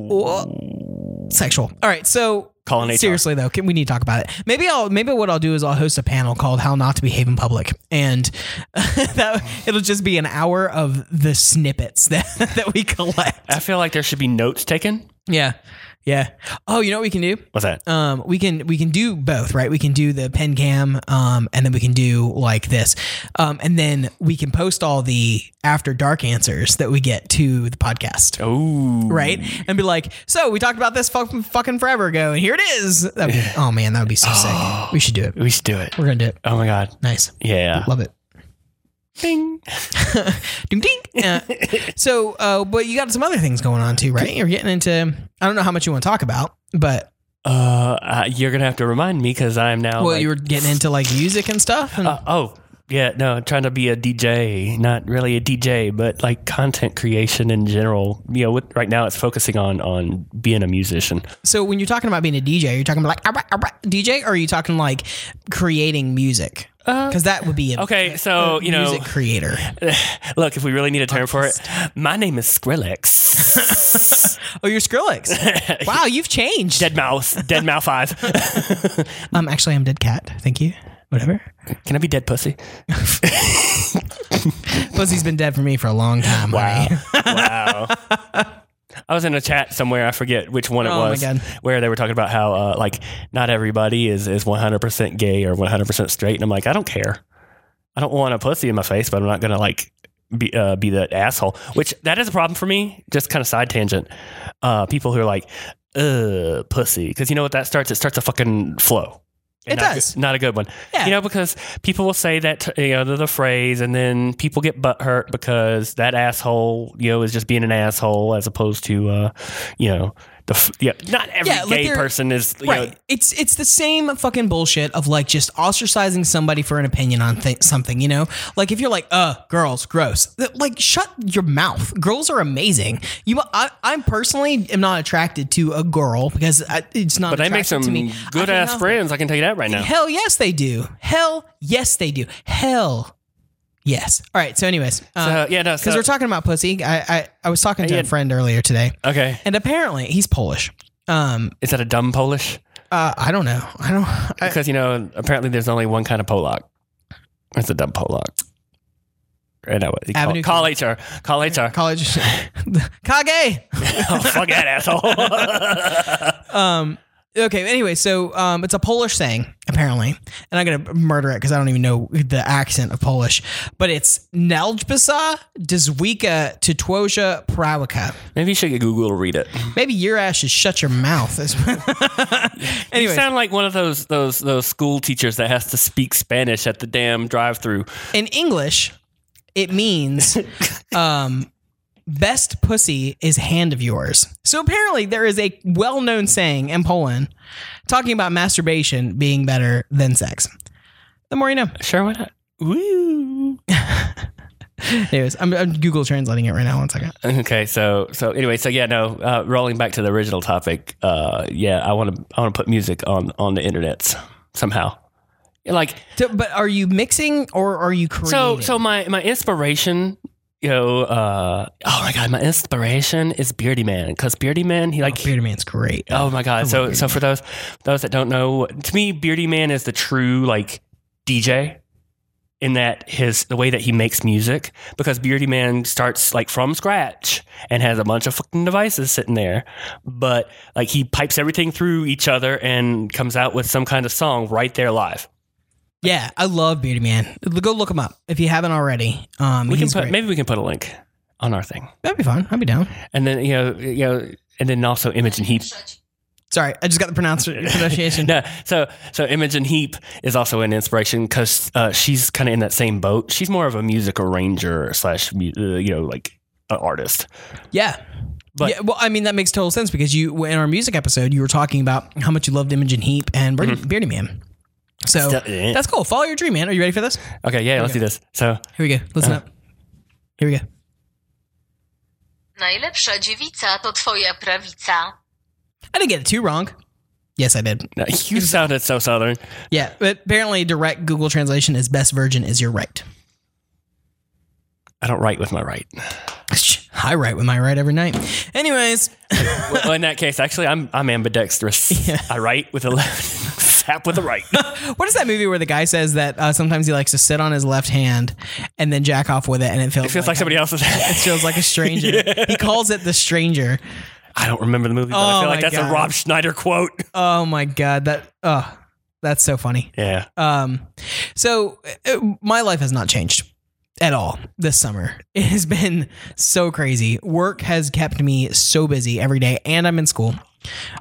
Speaker 2: oh.
Speaker 1: sexual. All right, so
Speaker 2: Call an HR.
Speaker 1: seriously though, can, we need to talk about it. Maybe I'll maybe what I'll do is I'll host a panel called "How Not to Behave in Public," and [laughs] that it'll just be an hour of the snippets [laughs] that that we collect.
Speaker 2: I feel like there should be notes taken.
Speaker 1: Yeah, yeah. Oh, you know what we can do?
Speaker 2: What's that?
Speaker 1: Um, we can we can do both, right? We can do the pen cam, um, and then we can do like this, um, and then we can post all the after dark answers that we get to the podcast.
Speaker 2: Oh,
Speaker 1: right? And be like, so we talked about this fucking, fucking forever ago, and here it is. That'd be- oh man, that would be so
Speaker 2: Oh.
Speaker 1: sick. We should do it.
Speaker 2: We should do it.
Speaker 1: We're gonna do it.
Speaker 2: Oh my god.
Speaker 1: Nice,
Speaker 2: Yeah.
Speaker 1: love it. [laughs]
Speaker 2: Bing.
Speaker 1: Ding ding.
Speaker 2: [laughs]
Speaker 1: Uh, so, uh, but you got some other things going on too, right? You're getting into. I don't know how much you want to talk about, but
Speaker 2: Uh, uh, you're gonna have to remind me because I'm now.
Speaker 1: well,
Speaker 2: Oh, like-
Speaker 1: you were getting into like music and stuff. And,
Speaker 2: Uh, oh, yeah, no, trying to be a DJ, not really a DJ, but like content creation in general. You know, with, right now it's focusing on on being a musician.
Speaker 1: so, when you're talking about being a DJ, you're talking about like "Ah, rah, ah, rah," DJ, or are you talking like creating music? Because that would be a,
Speaker 2: Uh, Okay, so you know,
Speaker 1: music
Speaker 2: [laughs]
Speaker 1: creator. [laughs]
Speaker 2: look, if we really need a term for it, my name is
Speaker 1: [laughs]
Speaker 2: Skrillex.
Speaker 1: Oh, you're
Speaker 2: [laughs]
Speaker 1: Skrillex. wow, you've changed.
Speaker 2: Dead mouse, dead
Speaker 1: [laughs]
Speaker 2: mouth five.
Speaker 1: Um, actually, I'm dead cat. Thank you. Whatever.
Speaker 2: Can I be dead pussy?
Speaker 1: Pussy's been dead for me for a long time. Wow.
Speaker 2: wow. [laughs] I was in a chat somewhere, I forget which one it
Speaker 1: Oh my
Speaker 2: was,
Speaker 1: God.
Speaker 2: where they were talking about how uh, like not everybody is is 100% gay or 100% straight, and I'm like, I don't care. I don't want a pussy in my face, but I'm not gonna like be uh, be that asshole. Which that is a problem for me. Just kind of side tangent. Uh, people who are like, uh, pussy, because you know what that starts? It starts a fucking flow. And
Speaker 1: It
Speaker 2: not a
Speaker 1: does.
Speaker 2: good- not a good one.
Speaker 1: Yeah.
Speaker 2: You know, because people will say that, you know, the, the phrase, and then people get butt hurt because that asshole, you know, is just being an asshole as opposed to, uh, you know, the, f- yeah, not every
Speaker 1: Yeah, like
Speaker 2: gay
Speaker 1: they're-
Speaker 2: person is, you
Speaker 1: Right.
Speaker 2: know,
Speaker 1: It's it's the same fucking bullshit of like just ostracizing somebody for an opinion on th- something, you know? Like if you're like, "Uh, girls, gross." th- Like shut your mouth. Girls are amazing. You I I personally am not attracted to a girl because I, it's not
Speaker 2: but they make some
Speaker 1: attractive to me. I
Speaker 2: good
Speaker 1: cannot-
Speaker 2: ass friends. I can tell you that right now.
Speaker 1: Hell yes they do. Hell yes they do. Hell yes. All right, so anyways, um,
Speaker 2: So,
Speaker 1: because
Speaker 2: yeah, no, so,
Speaker 1: we're talking about pussy. I, I I was talking to
Speaker 2: Yeah.
Speaker 1: a friend earlier today.
Speaker 2: okay.
Speaker 1: And apparently he's Polish. Um,
Speaker 2: Is that a dumb Polish?
Speaker 1: uh, I don't know. I don't. I,
Speaker 2: Because, you know, apparently there's only one kind of Polak. It's a dumb Polak. I know what.
Speaker 1: Avenue
Speaker 2: Call, call HR. Call HR.
Speaker 1: college, [laughs] Kage.
Speaker 2: [laughs]
Speaker 1: [laughs]
Speaker 2: oh, fuck that asshole.
Speaker 1: Um, Okay. Anyway, so um, it's a Polish saying apparently, and I'm gonna murder it because I don't even know the accent of Polish. But it's Nelbisa Dzwika Titwoja Prawika.
Speaker 2: Maybe you should get Google to read it.
Speaker 1: Maybe your ass should shut your mouth. [laughs]
Speaker 2: You
Speaker 1: anyway,
Speaker 2: sound like one of those those those school teachers that has to speak Spanish at the damn drive-through.
Speaker 1: in English, it
Speaker 2: [laughs]
Speaker 1: means um, best pussy is hand of yours. So apparently, there is a well known saying in Poland talking about masturbation being better than sex. The more you know.
Speaker 2: Sure, why not? Woo.
Speaker 1: Anyways, I'm, I'm Google translating it right now. One second.
Speaker 2: Okay, so so anyway, so yeah, no. Uh, rolling back to the original topic, uh, yeah, I want to I want to put music on on the internet somehow. Like
Speaker 1: So- but are you mixing or are you creating?
Speaker 2: so so my my inspiration, you know, uh, oh my god, my inspiration is Beardy Man because Beardy Man he like
Speaker 1: Oh, Beardy Man's great.
Speaker 2: Oh my god! So
Speaker 1: Beardy
Speaker 2: so for those those that don't know, to me, Beardy Man is the true like DJ in that his the way that he makes music because Beardy Man starts like from scratch and has a bunch of fucking devices sitting there, but like he pipes everything through each other and comes out with some kind of song right there live.
Speaker 1: Yeah, I love Beardy Man. Go look him up if you haven't already. Um,
Speaker 2: We can
Speaker 1: he's
Speaker 2: put
Speaker 1: great.
Speaker 2: maybe we can put a link on our thing,
Speaker 1: That'd be fun. I'd be down.
Speaker 2: and then you know you know, and then also Imogen Heap.
Speaker 1: Sorry, I just got the pronounce-
Speaker 2: [laughs]
Speaker 1: pronunciation.
Speaker 2: No, so so Imogen Heap is also an inspiration because uh, she's kind of in that same boat. She's more of a music arranger slash mu- uh, you know like an artist.
Speaker 1: Yeah.
Speaker 2: But-
Speaker 1: yeah, well, I mean that makes total sense because you in our music episode you were talking about how much you loved Imogen Heap and Beardy,
Speaker 2: Mm-hmm.
Speaker 1: Beardy Man. So
Speaker 2: Stu-
Speaker 1: that's cool. Follow your dream, man. Are you ready for this?
Speaker 2: eh. Okay, yeah, let's do this. So
Speaker 1: Here we go. Listen
Speaker 2: Uh-huh.
Speaker 1: up. Here we go.
Speaker 4: Najlepsza dziewica to twoja prawica.
Speaker 1: I didn't get it too wrong. Yes, I did.
Speaker 2: no, [laughs] you sounded so southern.
Speaker 1: Yeah, but apparently direct Google translation is best virgin is your right. [laughs]
Speaker 2: I don't write with my right.
Speaker 1: I write with my right every night. Anyways, [laughs]
Speaker 2: well, in that case, actually, I'm I'm ambidextrous.
Speaker 1: Yeah. Oh
Speaker 2: I write with the left, sap with the right.
Speaker 1: what is that movie where the guy says that uh, sometimes he likes to sit on his left hand and then jack off with it, and it feels,
Speaker 2: It feels like somebody else's.
Speaker 1: it [laughs] feels like a stranger.
Speaker 2: [laughs]
Speaker 1: He calls it the stranger.
Speaker 2: I don't remember the movie, but
Speaker 1: Oh
Speaker 2: I feel like
Speaker 1: my
Speaker 2: that's
Speaker 1: God.
Speaker 2: a Rob Schneider quote.
Speaker 1: Oh my god, that oh, that's so funny.
Speaker 2: Yeah,
Speaker 1: Um, so uh, my life has not changed at all this summer. It has been so crazy. Work has kept me so busy every day, and I'm in school.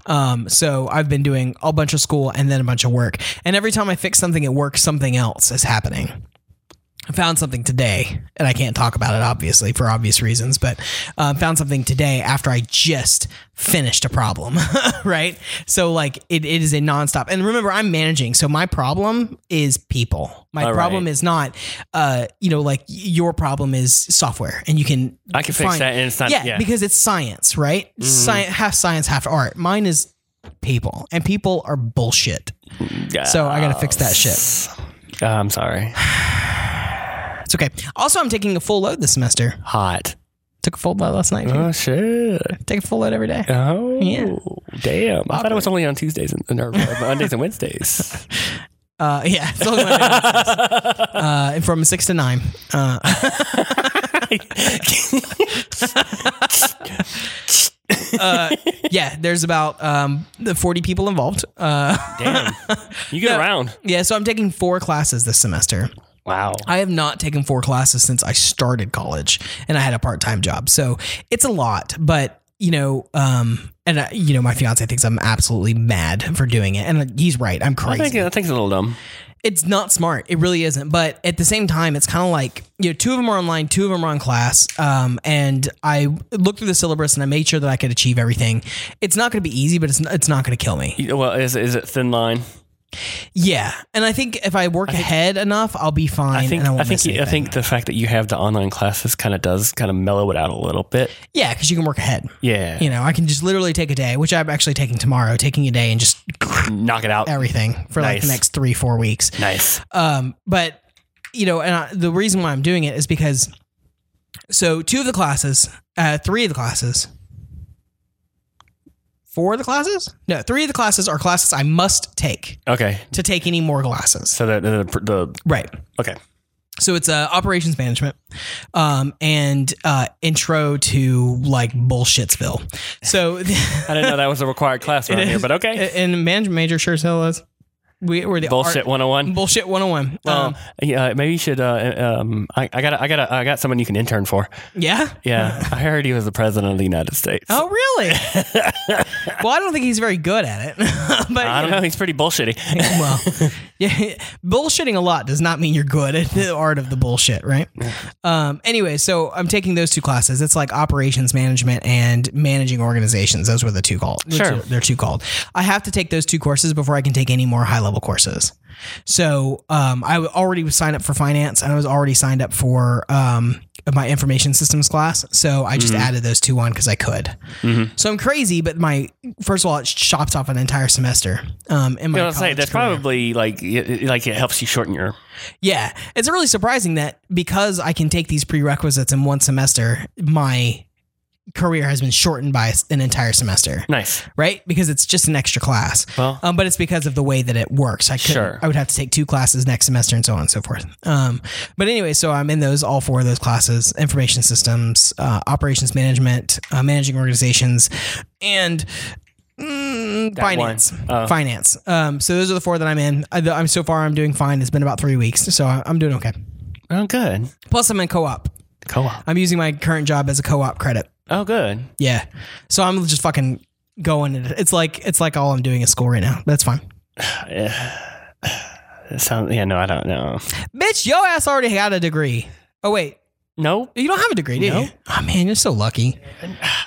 Speaker 1: Um, so I've been doing a bunch of school and then a bunch of work. And every time I fix something at work, something else is happening. I found something today, and I can't talk about it obviously for obvious reasons, but um, found something today after I just finished a problem, [laughs] right? So like it, it is a nonstop. And remember, I'm managing, so my problem is people. My
Speaker 2: All right.
Speaker 1: problem is not, uh, you know, like y- your problem is software, and you can
Speaker 2: I can fix
Speaker 1: find-
Speaker 2: that, and it's not.
Speaker 1: yeah,
Speaker 2: Yeah, Mm-hmm.
Speaker 1: because it's science, right? Sci- half science, half art. Mine is people, and people are bullshit. So I gotta fix that shit.
Speaker 2: Uh, I'm sorry.
Speaker 1: It's okay. Also, I'm taking a full load this semester.
Speaker 2: Hot.
Speaker 1: Took a full load last night.
Speaker 2: Oh shit.
Speaker 1: Take a full load every day.
Speaker 2: Oh
Speaker 1: Yeah.
Speaker 2: damn! I thought it was only on Tuesdays and or [laughs] Mondays and [laughs] Wednesdays.
Speaker 1: Uh, [laughs] yeah, it's only Monday
Speaker 2: [laughs]
Speaker 1: and Wednesdays. uh, and from six to nine. Uh, uh, yeah, there's about um, the 40 people involved. Uh, [laughs]
Speaker 2: damn, you get around.
Speaker 1: yeah, so I'm taking four classes this semester.
Speaker 2: Wow.
Speaker 1: I have not taken four classes since I started college and I had a part time job. So it's a lot, but you know, um, and I, you know, my fiance thinks I'm absolutely mad for doing it. And uh, he's right. I'm
Speaker 2: I
Speaker 1: crazy.
Speaker 2: think I think it's a little dumb.
Speaker 1: it's not smart. It really isn't. But at the same time, it's kind of like you know, two of them are online, two of them are on class. Um, and I looked through the syllabus and I made sure that I could achieve everything. It's not going to be easy, but it's it's not going to kill me.
Speaker 2: You- Well, is is it thin line?
Speaker 1: Yeah, and I think if I work ahead enough, I'll be fine.
Speaker 2: I think
Speaker 1: and I, won't
Speaker 2: I think
Speaker 1: miss
Speaker 2: you- I
Speaker 1: anything.
Speaker 2: think the fact that you have the online classes kind of does kind of mellow it out a little bit.
Speaker 1: yeah, because you can work ahead.
Speaker 2: Yeah.
Speaker 1: You know, I can just literally take a day, which I'm actually taking tomorrow, taking a day and just
Speaker 2: Knock it out.
Speaker 1: everything for like the
Speaker 2: Nice.
Speaker 1: next three four weeks.
Speaker 2: Nice.
Speaker 1: Um, but you know, and I, the reason why I'm doing it is because so two of the classes, uh, three of the classes, four of the classes, no, three of the classes are classes I must take
Speaker 2: Okay.
Speaker 1: to take any more classes.
Speaker 2: So the the, the
Speaker 1: Right.
Speaker 2: okay.
Speaker 1: So it's uh, operations management um, and uh, intro to like bullshitsville. So [laughs]
Speaker 2: I didn't know that was a required [laughs] class around here, but okay.
Speaker 1: and management major sure as hell is. We, we're the
Speaker 2: Bullshit
Speaker 1: art-
Speaker 2: 101.
Speaker 1: bullshit 101.
Speaker 2: Well,
Speaker 1: um,
Speaker 2: Uh, yeah, maybe you should. Uh, um, I, I got, I got, I got someone you can intern for.
Speaker 1: yeah.
Speaker 2: Yeah, [laughs] I heard he was the president of the United States.
Speaker 1: Oh really?
Speaker 2: [laughs]
Speaker 1: well, I don't think he's very good at it. [laughs] but
Speaker 2: I don't
Speaker 1: you
Speaker 2: know. He's pretty bullshitty.
Speaker 1: [laughs] well, yeah, bullshitting a lot does not mean you're good at the art of the bullshit, right? Um, anyway, so I'm taking those two classes. It's like operations management and managing organizations. Those were the two called. the
Speaker 2: Sure.
Speaker 1: two- they're two called. I have to take those two courses before I can take any more high level courses. So um, I w- already was signed up for finance, and I was already signed up for um, my information systems class. So I
Speaker 2: Mm-hmm.
Speaker 1: just added those two on because I could. So I'm crazy, but my first of all, it chops off an entire semester. Um, in my
Speaker 2: You know, I'll say
Speaker 1: college
Speaker 2: that's
Speaker 1: career.
Speaker 2: probably like, it, it- like it helps you shorten your.
Speaker 1: Yeah, it's really surprising that because I can take these prerequisites in one semester, my career has been shortened by an entire semester,
Speaker 2: Nice.
Speaker 1: right? Because it's just an extra class.
Speaker 2: Well.
Speaker 1: um, but it's because of the way that it works. I could,
Speaker 2: Sure.
Speaker 1: I would have to take two classes next semester and so on and so forth. Um, but anyway, so I'm in those all four of those classes: information systems, uh, operations management, uh, managing organizations, and. mm,
Speaker 2: That
Speaker 1: finance,
Speaker 2: one. Oh.
Speaker 1: finance. Um, so those are the four that I'm in. I, I'm so far. I'm doing fine. It's been about three weeks, so I- I'm doing okay.
Speaker 2: Oh, good.
Speaker 1: Plus, I'm in co-op.
Speaker 2: Co-op.
Speaker 1: I'm using my current job as a co-op credit.
Speaker 2: Oh, good.
Speaker 1: Yeah, so I'm just fucking going. at it. It's like it's like all I'm doing is school right now. That's fine.
Speaker 2: That sounds. Yeah. No, I don't know.
Speaker 1: Bitch, your ass already got a degree. Oh wait,
Speaker 2: Nope.
Speaker 1: you don't have a degree, do
Speaker 2: No.
Speaker 1: you? Oh man, you're so lucky.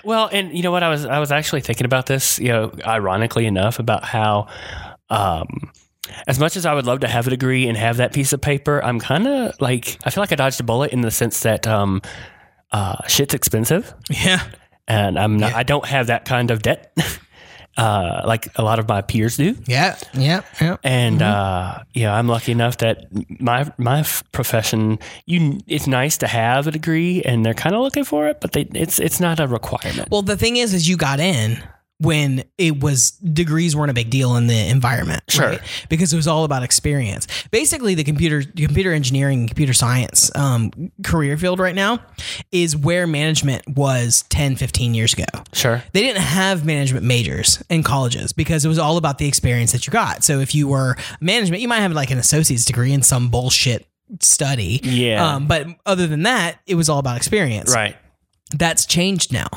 Speaker 2: Well, and you know what? I was I was actually thinking about this, you know, ironically enough, about how um as much as I would love to have a degree and have that piece of paper, I'm kind of like I feel like I dodged a bullet in the sense that um uh shit's expensive
Speaker 1: Yeah.
Speaker 2: and I'm not
Speaker 1: Yeah.
Speaker 2: I don't have that kind of debt [laughs] uh like a lot of my peers do.
Speaker 1: Yeah. Yeah. Yeah.
Speaker 2: And uh, yeah, I'm lucky enough that my my f- profession, you it's nice to have a degree, and they're kind of looking for it, but they it's it's not a requirement.
Speaker 1: Well, the thing is, is you got in when it was degrees weren't a big deal in the environment,
Speaker 2: Sure.
Speaker 1: right? Because it was all about experience. Basically, the computer, computer engineering, computer science um, career field right now is where management was 10, 15 years ago.
Speaker 2: sure.
Speaker 1: They didn't have management majors in colleges because it was all about the experience that you got. So if you were management, you might have like an associate's degree in some bullshit study.
Speaker 2: Yeah.
Speaker 1: Um, but other than that, it was all about experience
Speaker 2: Right.
Speaker 1: that's changed now.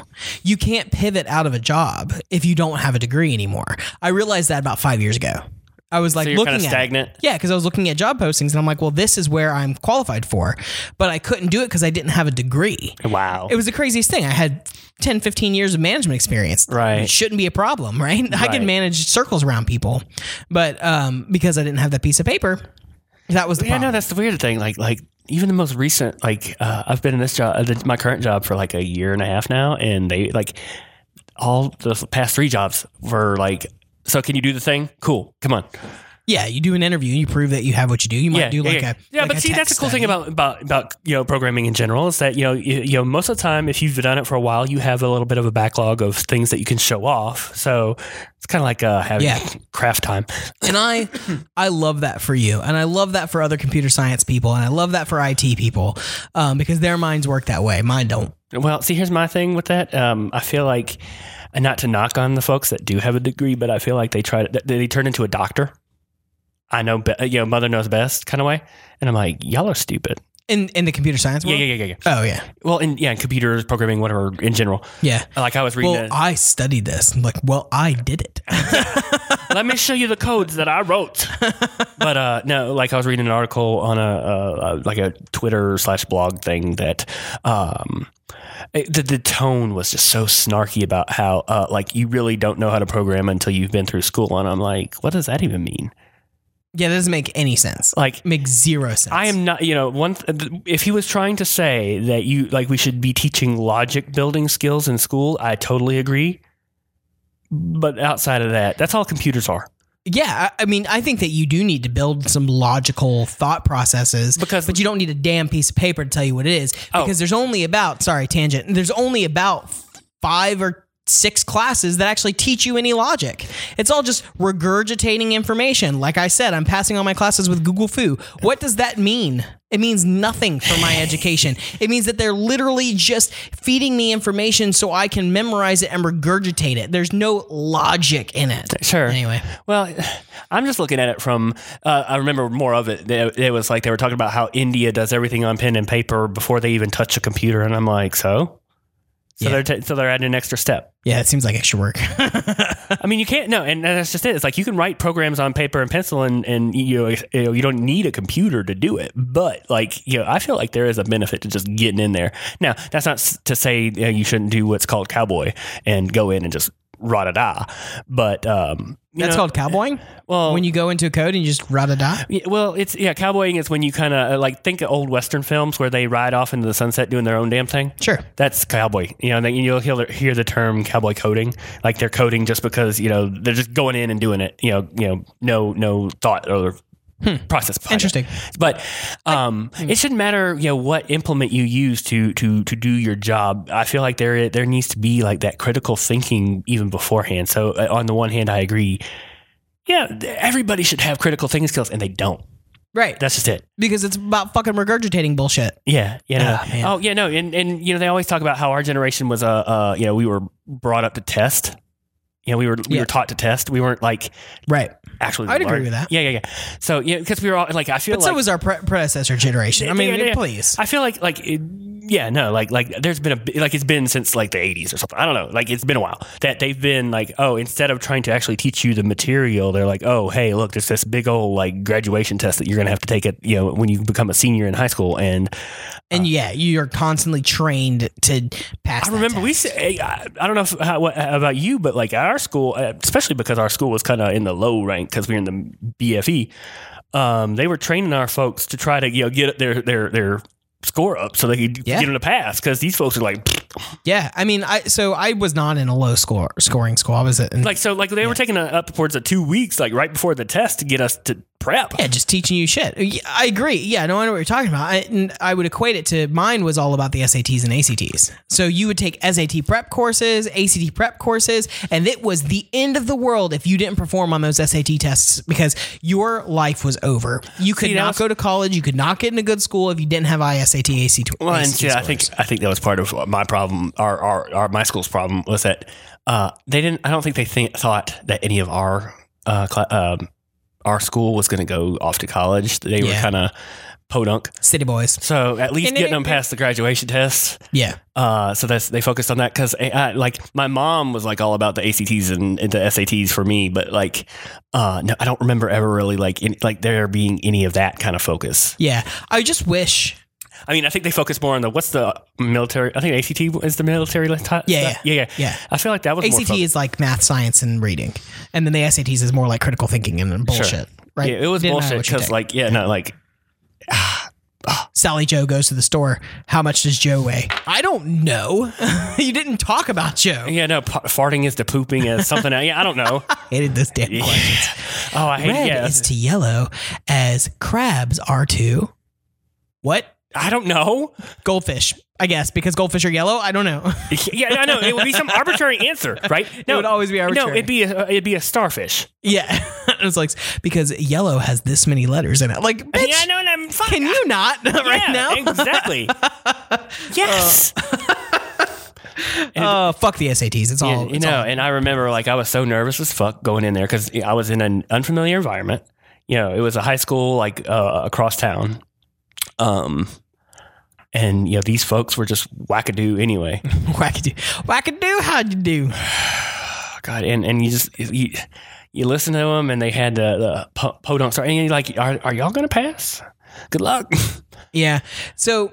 Speaker 1: You can't pivot out of a job if you don't have a degree anymore. I realized that about five years ago. I was like
Speaker 2: you're
Speaker 1: looking
Speaker 2: kinda
Speaker 1: at
Speaker 2: stagnant?
Speaker 1: It. Yeah, because I was looking at job postings and I'm like, well, this is where I'm qualified for, but I couldn't do it because I didn't have a degree.
Speaker 2: Wow.
Speaker 1: It was the craziest thing. I had 10, 15 years of management experience.
Speaker 2: Right.
Speaker 1: It shouldn't be a problem, [laughs] right? I
Speaker 2: Right.
Speaker 1: could manage circles around people, but um, because I didn't have that piece of paper, that was the
Speaker 2: yeah, no,
Speaker 1: problem.
Speaker 2: that's the weird thing. Like, like even the most recent, like uh, I've been in this job, uh, the- my current job for like a year and a half now, and they like all the past three jobs were like, so can you do the thing? Cool, come on.
Speaker 1: yeah, you do an interview, you prove that you have what you do. You might
Speaker 2: yeah,
Speaker 1: do
Speaker 2: yeah,
Speaker 1: like
Speaker 2: yeah.
Speaker 1: a
Speaker 2: yeah.
Speaker 1: like
Speaker 2: but
Speaker 1: a
Speaker 2: see,
Speaker 1: tech
Speaker 2: that's the cool
Speaker 1: study.
Speaker 2: thing about about about you know programming in general is that you know you, you know most of the time if you've done it for a while, you have a little bit of a backlog of things that you can show off. So it's kind of like uh, having
Speaker 1: Yeah.
Speaker 2: craft time.
Speaker 1: and I I love that for you, and I love that for other computer science people, and I love that for IT people, um, because their minds work that way. Mine don't.
Speaker 2: Well, see, here's my thing with that. Um, I feel like, and not to knock on the folks that do have a degree, but I feel like they try to that they turn into a doctor. I know, be, you know, mother knows best kind of way, and I'm like, y'all are stupid.
Speaker 1: In in the computer science
Speaker 2: Yeah,
Speaker 1: world.
Speaker 2: yeah, yeah, yeah, yeah.
Speaker 1: Oh yeah,
Speaker 2: Well, and yeah, computers, programming, whatever, in general.
Speaker 1: yeah.
Speaker 2: Like I was reading.
Speaker 1: Well,
Speaker 2: a-
Speaker 1: I studied this. I'm like, well, I did it. [laughs]
Speaker 2: let me show you the codes that I wrote. but uh, no, like I was reading an article on a, a, a like a Twitter slash blog thing that um, it- the the tone was just so snarky about how uh, like you really don't know how to program until you've been through school, and I'm like, what does that even mean?
Speaker 1: yeah, that doesn't make any sense.
Speaker 2: Like.
Speaker 1: Makes zero sense.
Speaker 2: I am not, you know, one. Th- if he was trying to say that you like we should be teaching logic building skills in school, I totally agree. But outside of that, that's all computers are.
Speaker 1: Yeah, I, I mean, I think that you do need to build some logical thought processes
Speaker 2: Because-
Speaker 1: but you don't need a damn piece of paper to tell you what it is
Speaker 2: Oh.
Speaker 1: because there's only about sorry tangent. There's only about five or six classes that actually teach you any logic. It's all just regurgitating information. Like I said, I'm passing all my classes with Google Foo. What does that mean? It means nothing for my education. It means that they're literally just feeding me information so I can memorize it and regurgitate it. There's no logic in it.
Speaker 2: Sure.
Speaker 1: Anyway.
Speaker 2: Well, [sighs] I'm just looking at it from. Uh, I remember more of it. It it was like they were talking about how India does everything on pen and paper before they even touch a computer, and I'm like, so. So
Speaker 1: Yeah.
Speaker 2: they're ta so they're adding an extra
Speaker 1: [laughs]
Speaker 2: step.
Speaker 1: Yeah, it seems like extra work. [laughs]
Speaker 2: I mean, you can't no, and that's just it. It's like you can write programs on paper and pencil, and and you know, you know you don't need a computer to do it. But like you know, I feel like there is a benefit to just getting in there. Now, that's not s- to say you, know, you shouldn't do what's called cowboy and go in and just rah da da. But um, you
Speaker 1: That's
Speaker 2: know,
Speaker 1: called cowboying.
Speaker 2: well
Speaker 1: when you go into a code and you just rah da da.
Speaker 2: Yeah, well, it's yeah, cowboying is when you kind of like think of old western films where they ride off into the sunset doing their own damn thing.
Speaker 1: Sure.
Speaker 2: That's cowboy. You know, and then you'll hear the, hear the term cowboy coding, like they're coding just because you know they're just going in and doing it. You know, you know, no no thought or process. behind it.
Speaker 1: Interesting.
Speaker 2: But um, it shouldn't matter, you know, what implement you use to to to do your job. I feel like there there needs to be like that critical thinking even beforehand. So uh, on the one hand, I agree. Yeah, th- everybody should have critical thinking skills, and they don't.
Speaker 1: Right.
Speaker 2: That's just it.
Speaker 1: because it's about fucking regurgitating bullshit.
Speaker 2: Yeah, yeah.
Speaker 1: Ah, man.
Speaker 2: oh, yeah, no, and and you know they always talk about how our generation was a, uh, you know, we were brought up to test. You know, we were we
Speaker 1: Yeah.
Speaker 2: were taught to test. We weren't like
Speaker 1: Right.
Speaker 2: actually.
Speaker 1: I'd agree
Speaker 2: learn.
Speaker 1: with that.
Speaker 2: Yeah, yeah, yeah. So yeah, because we were all like, I feel
Speaker 1: But
Speaker 2: like
Speaker 1: so was our pre- predecessor generation. I mean,
Speaker 2: Yeah, yeah, yeah.
Speaker 1: please.
Speaker 2: I feel like like it, yeah no like like there's been a bi- like it's been since like the 80s or something I don't know like it's been a while that they've been like oh instead of trying to actually teach you the material they're like oh hey look there's this big old like graduation test that you're gonna have to take it you know when you become a senior in high school and
Speaker 1: and yeah, you are constantly trained to pass.
Speaker 2: I remember we
Speaker 1: said
Speaker 2: said I I don't know if, how, what, about you but like our school uh, especially because our school was kind of in the low rank because we were in the BFE um, they were training our folks to try to you know get their their their score up so they could
Speaker 1: Yeah.
Speaker 2: get in a pass because these folks are like [laughs]
Speaker 1: Yeah, I mean, I so I was not in a low score scoring school. I was in,
Speaker 2: like so like they were taking uh, up towards the two weeks like right before the test to get us to prep
Speaker 1: yeah, just teaching you shit. Yeah, I agree. Yeah, no, I know what you're talking about. I, and I would equate it to mine was all about the SATs and ACTs. So you would take SAT prep courses, ACT prep courses, and it was the end of the world if you didn't perform on those SAT tests because your life was over. You could
Speaker 2: See, that
Speaker 1: not
Speaker 2: was-
Speaker 1: go to college. You could not get into good school if you didn't have ISAT, ACT.
Speaker 2: well and
Speaker 1: ACT
Speaker 2: yeah, I
Speaker 1: scores.
Speaker 2: think I think that was part of my problem our our, our my school's problem was that uh, they didn't I don't think they think, thought that any of our uh, cla um, our school was going to go off to college they were
Speaker 1: Yeah.
Speaker 2: kind of podunk
Speaker 1: City boys.
Speaker 2: so at least
Speaker 1: And it-
Speaker 2: getting them past the graduation test
Speaker 1: Yeah,
Speaker 2: Uh, so that's they focused on that because like my mom was like all about the ACTs and, and the SATs for me, but like uh, no, I don't remember ever really like in, like there being any of that kind of focus.
Speaker 1: yeah. I just wish
Speaker 2: I mean, I think they focus more on the what's the military. I think ACT is the military. li- ti-
Speaker 1: Yeah,
Speaker 2: stuff. yeah, yeah,
Speaker 1: yeah.
Speaker 2: I feel like that was more
Speaker 1: ACT
Speaker 2: focused.
Speaker 1: is like math, science, and reading, and then the SATs is more like critical thinking and bullshit. Right?
Speaker 2: Yeah, it was
Speaker 1: Didn't matter
Speaker 2: bullshit
Speaker 1: what you
Speaker 2: because
Speaker 1: did.
Speaker 2: like yeah, no, like
Speaker 1: Sally Joe goes to the store. How much does Joe weigh? I don't know. [laughs] you didn't talk about Joe.
Speaker 2: yeah, no, p- farting is to pooping is something. yeah, I
Speaker 1: [laughs]
Speaker 2: don't know.
Speaker 1: Hated this damn
Speaker 2: Yeah.
Speaker 1: question.
Speaker 2: [laughs] Oh, I hate
Speaker 1: Red
Speaker 2: yeah.
Speaker 1: is to yellow as crabs are to what?
Speaker 2: I don't know.
Speaker 1: Goldfish, I guess, because goldfish are yellow. I don't know. [laughs]
Speaker 2: Yeah, I know. It would be some arbitrary answer, right? No,
Speaker 1: would always be [laughs]
Speaker 2: No,
Speaker 1: arbitrary.
Speaker 2: it'd be a, uh, it'd be a starfish.
Speaker 1: yeah, [laughs] it was like because yellow has this many letters in it. Like, bitch,
Speaker 2: Yeah, I know, and I'm fine.
Speaker 1: can you not [laughs] right
Speaker 2: yeah,
Speaker 1: now? [laughs] Uh,
Speaker 2: exactly. yes.
Speaker 1: Oh, fuck the SATs. It's all.
Speaker 2: And, you
Speaker 1: Oh, it's
Speaker 2: know,
Speaker 1: all-
Speaker 2: and I remember like I was so nervous as fuck going in there because I was in an unfamiliar environment. You know, it was a high school like uh, across town. Um, and you know these folks were just
Speaker 1: [laughs]
Speaker 2: wackadoo anyway.
Speaker 1: Wackadoo. Wackadoo, how'd you do?
Speaker 2: Oh, God, and and you just you, you listen to them, and they had the, the po- podunk start, and you're like, are, are y'all gonna pass? Good luck. [laughs]
Speaker 1: Yeah. So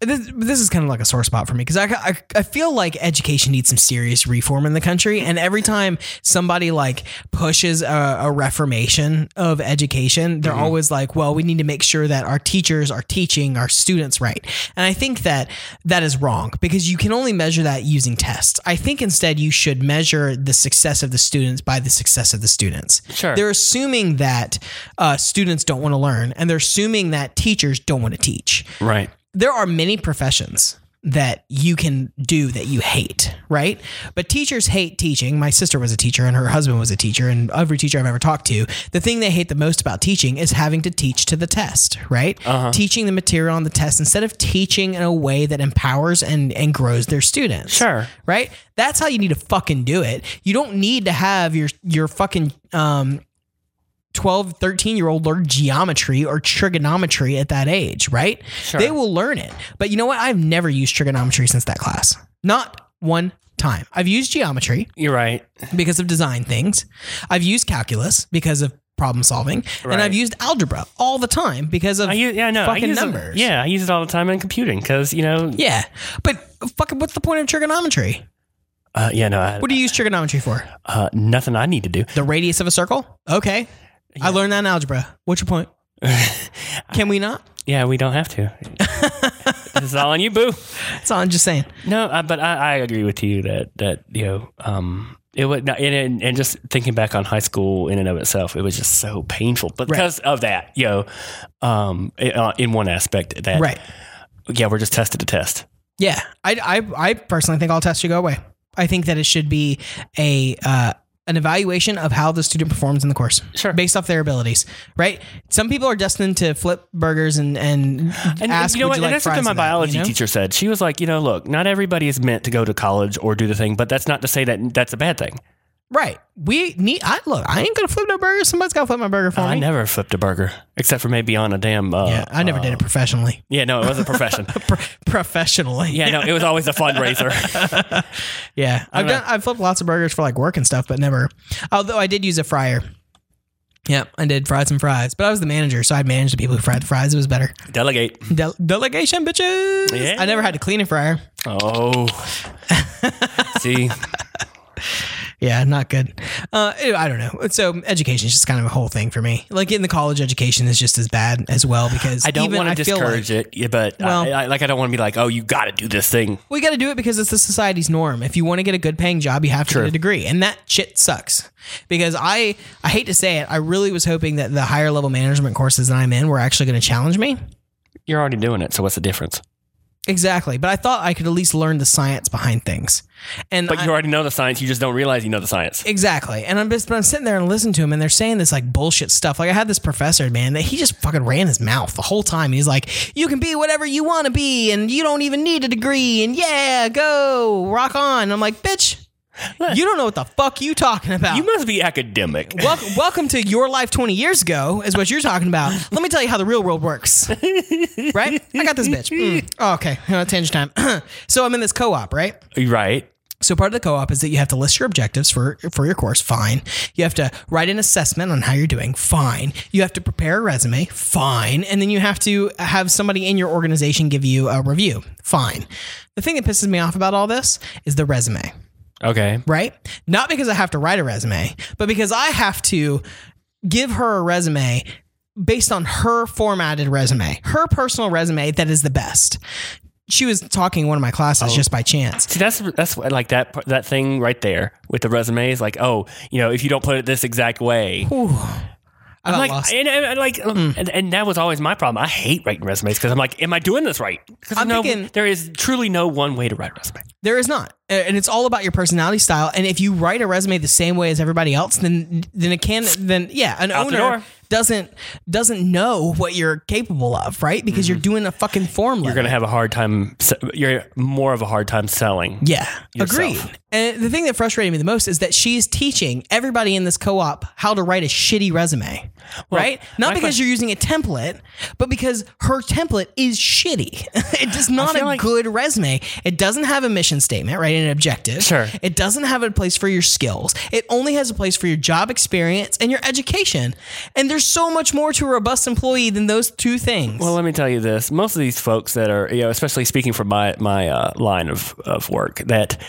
Speaker 1: this, this is kind of like a sore spot for me because I, I, I feel like education needs some serious reform in the country. And every time somebody like pushes a, a reformation of education, they're always like, well, we need to make sure that our teachers are teaching our students right. And I think that that is wrong because you can only measure that using tests. I think instead you should measure the success of the students by the success of the students.
Speaker 2: Sure.
Speaker 1: They're assuming that uh, students don't want to learn and they're assuming that teachers don't want to teach
Speaker 2: Right.
Speaker 1: there are many professions that you can do that you hate, right? But teachers hate teaching. My sister was a teacher and her husband was a teacher, and every teacher I've ever talked to, the thing they hate the most about teaching is having to teach to the test, right? Teaching the material on the test instead of teaching in a way that empowers and, and grows their students.
Speaker 2: Sure.
Speaker 1: Right? That's how you need to fucking do it. You don't need to have your your fucking um 12, 13 year old learn geometry or trigonometry at that age, right? They will learn it. But you know what? I've never used trigonometry since that class. Not one time. I've used geometry
Speaker 2: You're right.
Speaker 1: because of design things. I've used calculus because of problem solving.
Speaker 2: Right.
Speaker 1: And I've used algebra all the time because of
Speaker 2: I use, yeah, no, I
Speaker 1: fucking
Speaker 2: use it-
Speaker 1: numbers.
Speaker 2: yeah, I use it all the time in computing because you know.
Speaker 1: Yeah. But fucking what's the point of trigonometry?
Speaker 2: Uh, yeah, no, I,
Speaker 1: What do you use trigonometry for?
Speaker 2: uh, nothing I need to do.
Speaker 1: The radius of a circle? Okay. I learned that in algebra. What's your
Speaker 2: [laughs]
Speaker 1: point? Can we not?
Speaker 2: Yeah, we don't
Speaker 1: [laughs]
Speaker 2: have to. this is all on you, boo.
Speaker 1: That's all I'm just saying.
Speaker 2: No, I, but I, I agree with you that that you know um, it would not, and, and and just thinking back on high school in and of itself, it was just so painful. But
Speaker 1: Right.
Speaker 2: because of that, you know, um, i- uh, in one aspect that
Speaker 1: Right.
Speaker 2: yeah, we're just tested to test.
Speaker 1: Yeah, I, I, I personally think all tests should go away. I think that it should be a uh, an evaluation of how the student performs in the course,
Speaker 2: Sure.
Speaker 1: based off their abilities. Right? Some people are destined to flip burgers and and,
Speaker 2: And
Speaker 1: ask.
Speaker 2: you know
Speaker 1: "Would
Speaker 2: what?
Speaker 1: You like
Speaker 2: and that's something
Speaker 1: fries
Speaker 2: my
Speaker 1: with that?"
Speaker 2: biology
Speaker 1: You know?
Speaker 2: teacher said. She was like, you know, look, not everybody is meant to go to college or do the thing, but that's not to say that that's a bad thing.
Speaker 1: Right? We need. I look. I ain't gonna flip no burger. Somebody's gotta flip my burger for
Speaker 2: Oh, I
Speaker 1: me.
Speaker 2: never flipped a burger except for maybe on a damn. Uh,
Speaker 1: yeah, I never
Speaker 2: uh,
Speaker 1: did it professionally.
Speaker 2: Yeah, no, it was
Speaker 1: [laughs]
Speaker 2: a profession.
Speaker 1: Pro- professionally.
Speaker 2: yeah, no, it was always a
Speaker 1: [laughs]
Speaker 2: fundraiser.
Speaker 1: Yeah, I've
Speaker 2: don't
Speaker 1: done. I've flipped lots of burgers for like work and stuff, but never. Although I did use a fryer. Yeah, I did fry some fries, but I was the manager, so I managed the people who fried the fries. It was better.
Speaker 2: Delegate.
Speaker 1: Del delegation, bitches.
Speaker 2: Yeah.
Speaker 1: I never had to clean a fryer.
Speaker 2: [laughs] Oh. See,
Speaker 1: Yeah, not good. Uh, anyway, I don't know. So education is just kind of a whole thing for me. Like in the college, education is just as bad as well because
Speaker 2: I don't
Speaker 1: even
Speaker 2: want to
Speaker 1: I feel like-
Speaker 2: discourage it, yeah, but
Speaker 1: Well-
Speaker 2: I, I, like I don't want to be like, oh, you got to do this thing.
Speaker 1: We got to do it because it's the society's norm. If you want to get a good paying job, you have to
Speaker 2: True.
Speaker 1: get a degree, and that shit sucks. Because I, I hate to say it, I really was hoping that the higher level management courses that I'm in were actually going to challenge me.
Speaker 2: You're already doing it, so what's the difference?
Speaker 1: Exactly, but I thought I could at least learn the science behind things. And
Speaker 2: But
Speaker 1: I-
Speaker 2: you already know the science. You just don't realize you know the science.
Speaker 1: Exactly. And I'm just, but I'm sitting there and listening to him, and they're saying this like bullshit stuff. Like, I had this professor, man, that he just fucking ran his mouth the whole time. He's like, you can be whatever you want to be, and you don't even need a degree, and yeah, go, rock on. And I'm like, bitch, you don't know what the fuck you talking about.
Speaker 2: You must be academic.
Speaker 1: Wel- welcome to your life 20 years ago is what you're talking about. Let me tell you how the real world works. right? I got this bitch. Mm. Oh, okay. Uh, Tangent time. [clears throat] so I'm in this co-op, right?
Speaker 2: Right.
Speaker 1: So part of the co-op is that you have to list your objectives for for your course. Fine. You have to write an assessment on how you're doing. Fine. You have to prepare a resume. Fine. And then you have to have somebody in your organization give you a review. Fine. The thing that pisses me off about all this is the resume,
Speaker 2: Okay.
Speaker 1: right? Not because I have to write a resume, but because I have to give her a resume based on her formatted resume, her personal resume that is the best. She was talking in one of my
Speaker 2: Oh.
Speaker 1: classes just by chance.
Speaker 2: See, that's that's what- like that part- that thing right there with the resumes. Like, oh, you know, if you don't put it this exact way,
Speaker 1: I got
Speaker 2: I'm like,
Speaker 1: lost. Mm.
Speaker 2: and, and- and like, um, and, and that was always my problem. I hate writing resumes because I'm like, am I doing this right? Because
Speaker 1: I'm
Speaker 2: no,
Speaker 1: thinking-
Speaker 2: there is truly no one way to write a resume.
Speaker 1: There is not, and it's all about your personality style. And if you write a resume the same way as everybody else, then then it can then yeah, an
Speaker 2: Out the
Speaker 1: owner
Speaker 2: door.
Speaker 1: doesn't doesn't know what you're capable of, right? Because you're doing a fucking form
Speaker 2: Mm-hmm. You're
Speaker 1: letter.
Speaker 2: gonna have a hard time. se- You're more of a hard time selling.
Speaker 1: yeah,
Speaker 2: yourself.
Speaker 1: agreed. And the thing that frustrated me the most is that she's teaching everybody in this co-op how to write a shitty resume, right? Not
Speaker 2: my
Speaker 1: because
Speaker 2: question-
Speaker 1: you're using a template, but because her template is shitty. [laughs] it does not
Speaker 2: feel
Speaker 1: a
Speaker 2: like-
Speaker 1: good resume. It doesn't have a mission statement, right? And an objective.
Speaker 2: Sure.
Speaker 1: It doesn't have a place for your skills. It only has a place for your job experience and your education. And there's so much more to a robust employee than those two things.
Speaker 2: Well, let me tell you this: most of these folks that are, you know, especially speaking from my my uh, line of of work, that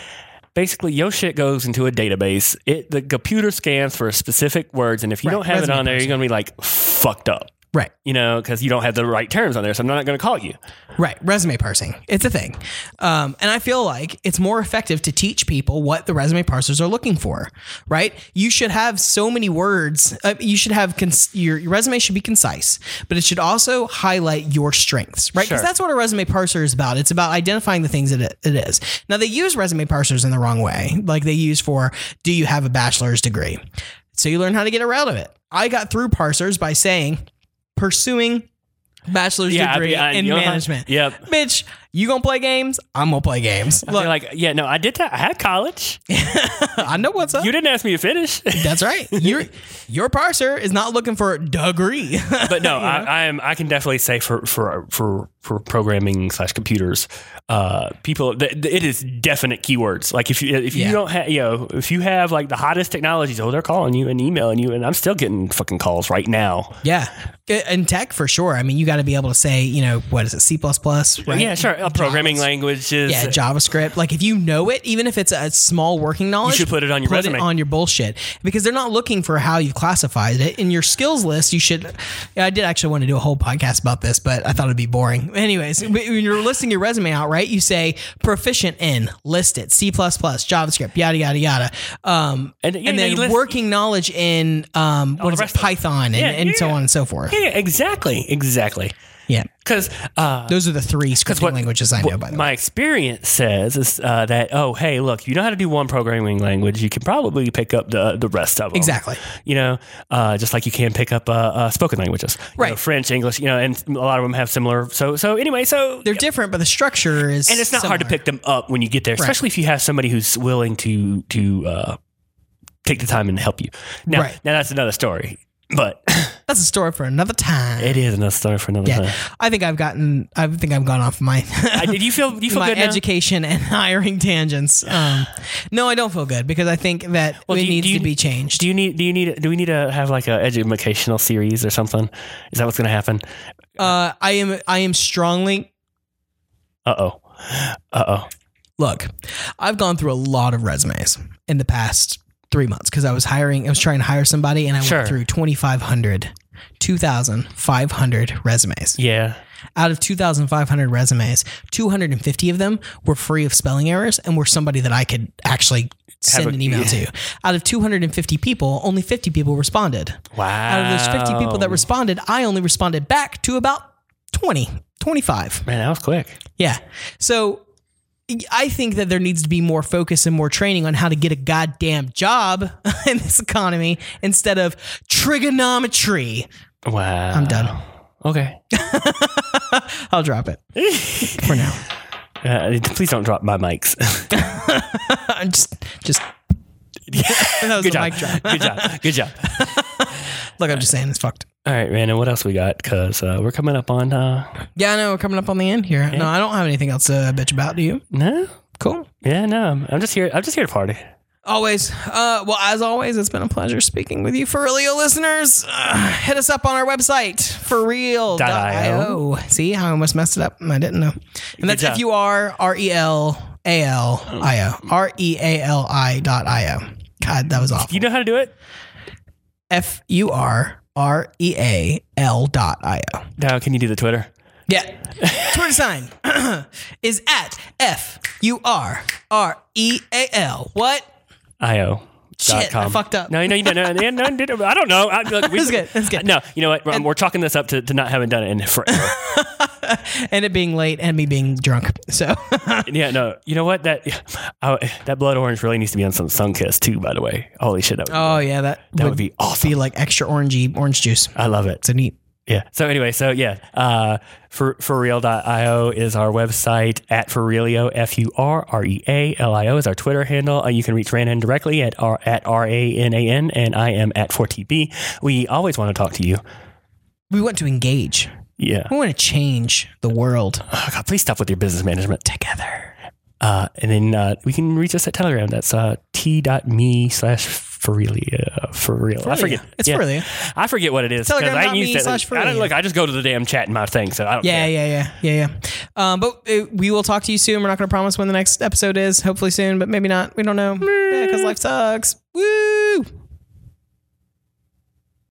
Speaker 2: basically your shit goes into a database. It the computer scans for specific words, and if you don't have it
Speaker 1: resume
Speaker 2: on there, you're gonna be like fucked up.
Speaker 1: Right.
Speaker 2: you know, because you don't have the right terms on there. So I'm not going to call you.
Speaker 1: Right, resume parsing. It's a thing. Um, and I feel like it's more effective to teach people what the resume parsers are looking for, right? You should have so many words. Uh, you should have, cons- your, your resume should be concise, but it should also highlight your strengths, right? Because
Speaker 2: Sure.
Speaker 1: that's what a resume parser is about. It's about identifying the things that it, it is. Now, they use resume parsers in the wrong way. Like they use for, do you have a bachelor's degree? So you learn how to get around of it. I got through parsers by saying, pursuing bachelor's
Speaker 2: Yeah, I'd
Speaker 1: degree
Speaker 2: be- I-
Speaker 1: in
Speaker 2: you know how-
Speaker 1: management.
Speaker 2: Yep.
Speaker 1: Bitch, you gonna play games? I'm gonna play games. [laughs]
Speaker 2: They're
Speaker 1: Look,
Speaker 2: like, yeah, no, I did that. I had college.
Speaker 1: I know what's up.
Speaker 2: You didn't ask me to finish.
Speaker 1: That's [laughs] right. Your your parser is not looking for a degree. [laughs]
Speaker 2: but no, I, I am. I can definitely say for for for for programming slash computers, uh, people th- th- it is definite keywords. Like if you if you
Speaker 1: Yeah.
Speaker 2: don't have you know if you have like the hottest technologies, oh they're calling you and emailing you, and I'm still getting fucking calls right now.
Speaker 1: yeah, I- in tech for sure. I mean, you got to be able to say, you know, what is it, C plus plus? Right?
Speaker 2: Yeah, sure. Uh, programming
Speaker 1: Jobs.
Speaker 2: languages.
Speaker 1: Yeah, JavaScript. Like if you know it, even if it's a small working knowledge,
Speaker 2: should put it on your resume.
Speaker 1: on your bullshit because they're not looking for how you've classified it in your skills list. You should. Yeah, I did actually want to do a whole podcast about this, but I thought it'd be boring. Anyways, [laughs] when when you're listing your resume out, right? You say proficient in, list it, C plus plus, JavaScript, yada yada yada, um,
Speaker 2: And,
Speaker 1: and,
Speaker 2: yeah, you
Speaker 1: then
Speaker 2: list-
Speaker 1: working knowledge in um, what is
Speaker 2: the
Speaker 1: it,
Speaker 2: rest of it.
Speaker 1: Python and,
Speaker 2: Yeah,
Speaker 1: and so
Speaker 2: yeah.
Speaker 1: on and so forth.
Speaker 2: yeah, exactly, exactly.
Speaker 1: Yeah,
Speaker 2: Because uh,
Speaker 1: those are the three scripting
Speaker 2: what-
Speaker 1: languages I know.
Speaker 2: what
Speaker 1: Oh, By the way,
Speaker 2: my experience says is uh, that oh hey look if you know how to do one programming language you can probably pick up the the rest of them
Speaker 1: Exactly.
Speaker 2: you know uh, just like you can pick up uh, uh, spoken languages You know,
Speaker 1: Right.
Speaker 2: French English you know and a lot of them have similar so so anyway so
Speaker 1: they're different, but the structure is
Speaker 2: and it's not hard to
Speaker 1: similar.
Speaker 2: pick them up when you get there especially if you have somebody who's willing to to uh, take the time and help you now
Speaker 1: Right.
Speaker 2: now that's another story
Speaker 1: [coughs]
Speaker 2: but
Speaker 1: That's a story for another time.
Speaker 2: it is another story for another
Speaker 1: yeah,
Speaker 2: time.
Speaker 1: I think I've gotten. I think I've gone off my
Speaker 2: I, did you feel you
Speaker 1: [laughs]
Speaker 2: feel
Speaker 1: my
Speaker 2: good now?
Speaker 1: education and [laughs] hiring tangents. Um, no, I don't feel good because I think that
Speaker 2: Well,
Speaker 1: it
Speaker 2: do you-
Speaker 1: needs
Speaker 2: do you-
Speaker 1: to be changed.
Speaker 2: Do you need? Do you need? Do we need to have like a educational series or something? Is that what's going to happen?
Speaker 1: uh, I am. I am strongly.
Speaker 2: Uh oh. Uh oh.
Speaker 1: Look, I've gone through a lot of resumes in the past three months because I was hiring. I was trying to hire somebody, and I
Speaker 2: Sure.
Speaker 1: went through 2,500, 2,500 resumes.
Speaker 2: Yeah.
Speaker 1: out of 2,500 resumes, 250 of them were free of spelling errors and were somebody that I could actually send
Speaker 2: a-
Speaker 1: an email to. Out of 250 people, only 50 people responded.
Speaker 2: Wow.
Speaker 1: Out of those 50 people that responded, I only responded back to about 20, 25.
Speaker 2: man, that was quick.
Speaker 1: Yeah. So I think that there needs to be more focus and more training on how to get a goddamn job [laughs] in this economy instead of trigonometry.
Speaker 2: Wow.
Speaker 1: I'm done.
Speaker 2: Okay.
Speaker 1: I'll drop it for now.
Speaker 2: [laughs] Uh, please don't drop my mics.
Speaker 1: [laughs] I'm just just that was
Speaker 2: [laughs] Good
Speaker 1: a
Speaker 2: job.
Speaker 1: mic drop.
Speaker 2: Good job. Good job.
Speaker 1: Look, I'm just saying it's fucked.
Speaker 2: [laughs] All right, Randon. What else we got? Because uh, we're coming up on. Uh,
Speaker 1: Yeah, I know we're coming up on the end here. No, I don't have anything else to bitch about. Do you?
Speaker 2: no.
Speaker 1: Cool.
Speaker 2: Yeah. No. I'm- I'm just here. I'm just here to party.
Speaker 1: Always. Uh, well, as always, it's been a pleasure speaking with you, for real listeners. Uh, hit us up on our website, for real.io. See how I almost messed it up? I didn't know. And that's
Speaker 2: job.
Speaker 1: F U R R E L A L I O. R E A L I dot I O. God, that was awful.
Speaker 2: You know how to do it?
Speaker 1: F U R R E A L dot I O.
Speaker 2: Now, can you do the Twitter?
Speaker 1: Yeah. [laughs] Twitter sign [clears throat] is at F U R R E A L. What?
Speaker 2: io.
Speaker 1: Shit,
Speaker 2: dot com.
Speaker 1: I fucked up.
Speaker 2: No, no, you didn't. No, no, no, no, I don't know. I, look, we, [laughs]
Speaker 1: That's good, that's good.
Speaker 2: No, you know what? Ron, we're chalking this up to, to not having done it in forever. [laughs]
Speaker 1: And it being late and me being drunk. So [laughs]
Speaker 2: yeah, no. You know what? That [sighs] oh, that blood orange really needs to be on some Sunkist too. By the way, holy shit, that would,
Speaker 1: Oh yeah, that,
Speaker 2: that would be awesome.
Speaker 1: be like extra orangey orange juice.
Speaker 2: I love it.
Speaker 1: So neat.
Speaker 2: Yeah. So anyway, so yeah, uh, for forreal.io is our website at forrealio f u r r e a l i o is our Twitter handle. Uh, you can reach Ranan directly at r at r a n a n, and I am at 4tb. We always want to talk to you.
Speaker 1: We want to engage.
Speaker 2: Yeah.
Speaker 1: We want to change the world
Speaker 2: Oh, God, please stop with your business management.
Speaker 1: together.
Speaker 2: Uh, and then uh, we can reach us at Telegram. That's uh, t.me slash Ferelia. For real. I forget.
Speaker 1: It's
Speaker 2: yeah.
Speaker 1: for real.
Speaker 2: I forget what it is. 'cause I ain't
Speaker 1: Telegram.me
Speaker 2: used it.
Speaker 1: slash
Speaker 2: I don't,
Speaker 1: Ferelia.
Speaker 2: look, I just go to the damn chat in my thing, so I don't
Speaker 1: Yeah,
Speaker 2: care.
Speaker 1: yeah, yeah, yeah, yeah. Um, but uh, we will talk to you soon. We're not going to promise when the next episode is. Hopefully soon, but maybe not. We don't know. Yeah, because life sucks. Woo!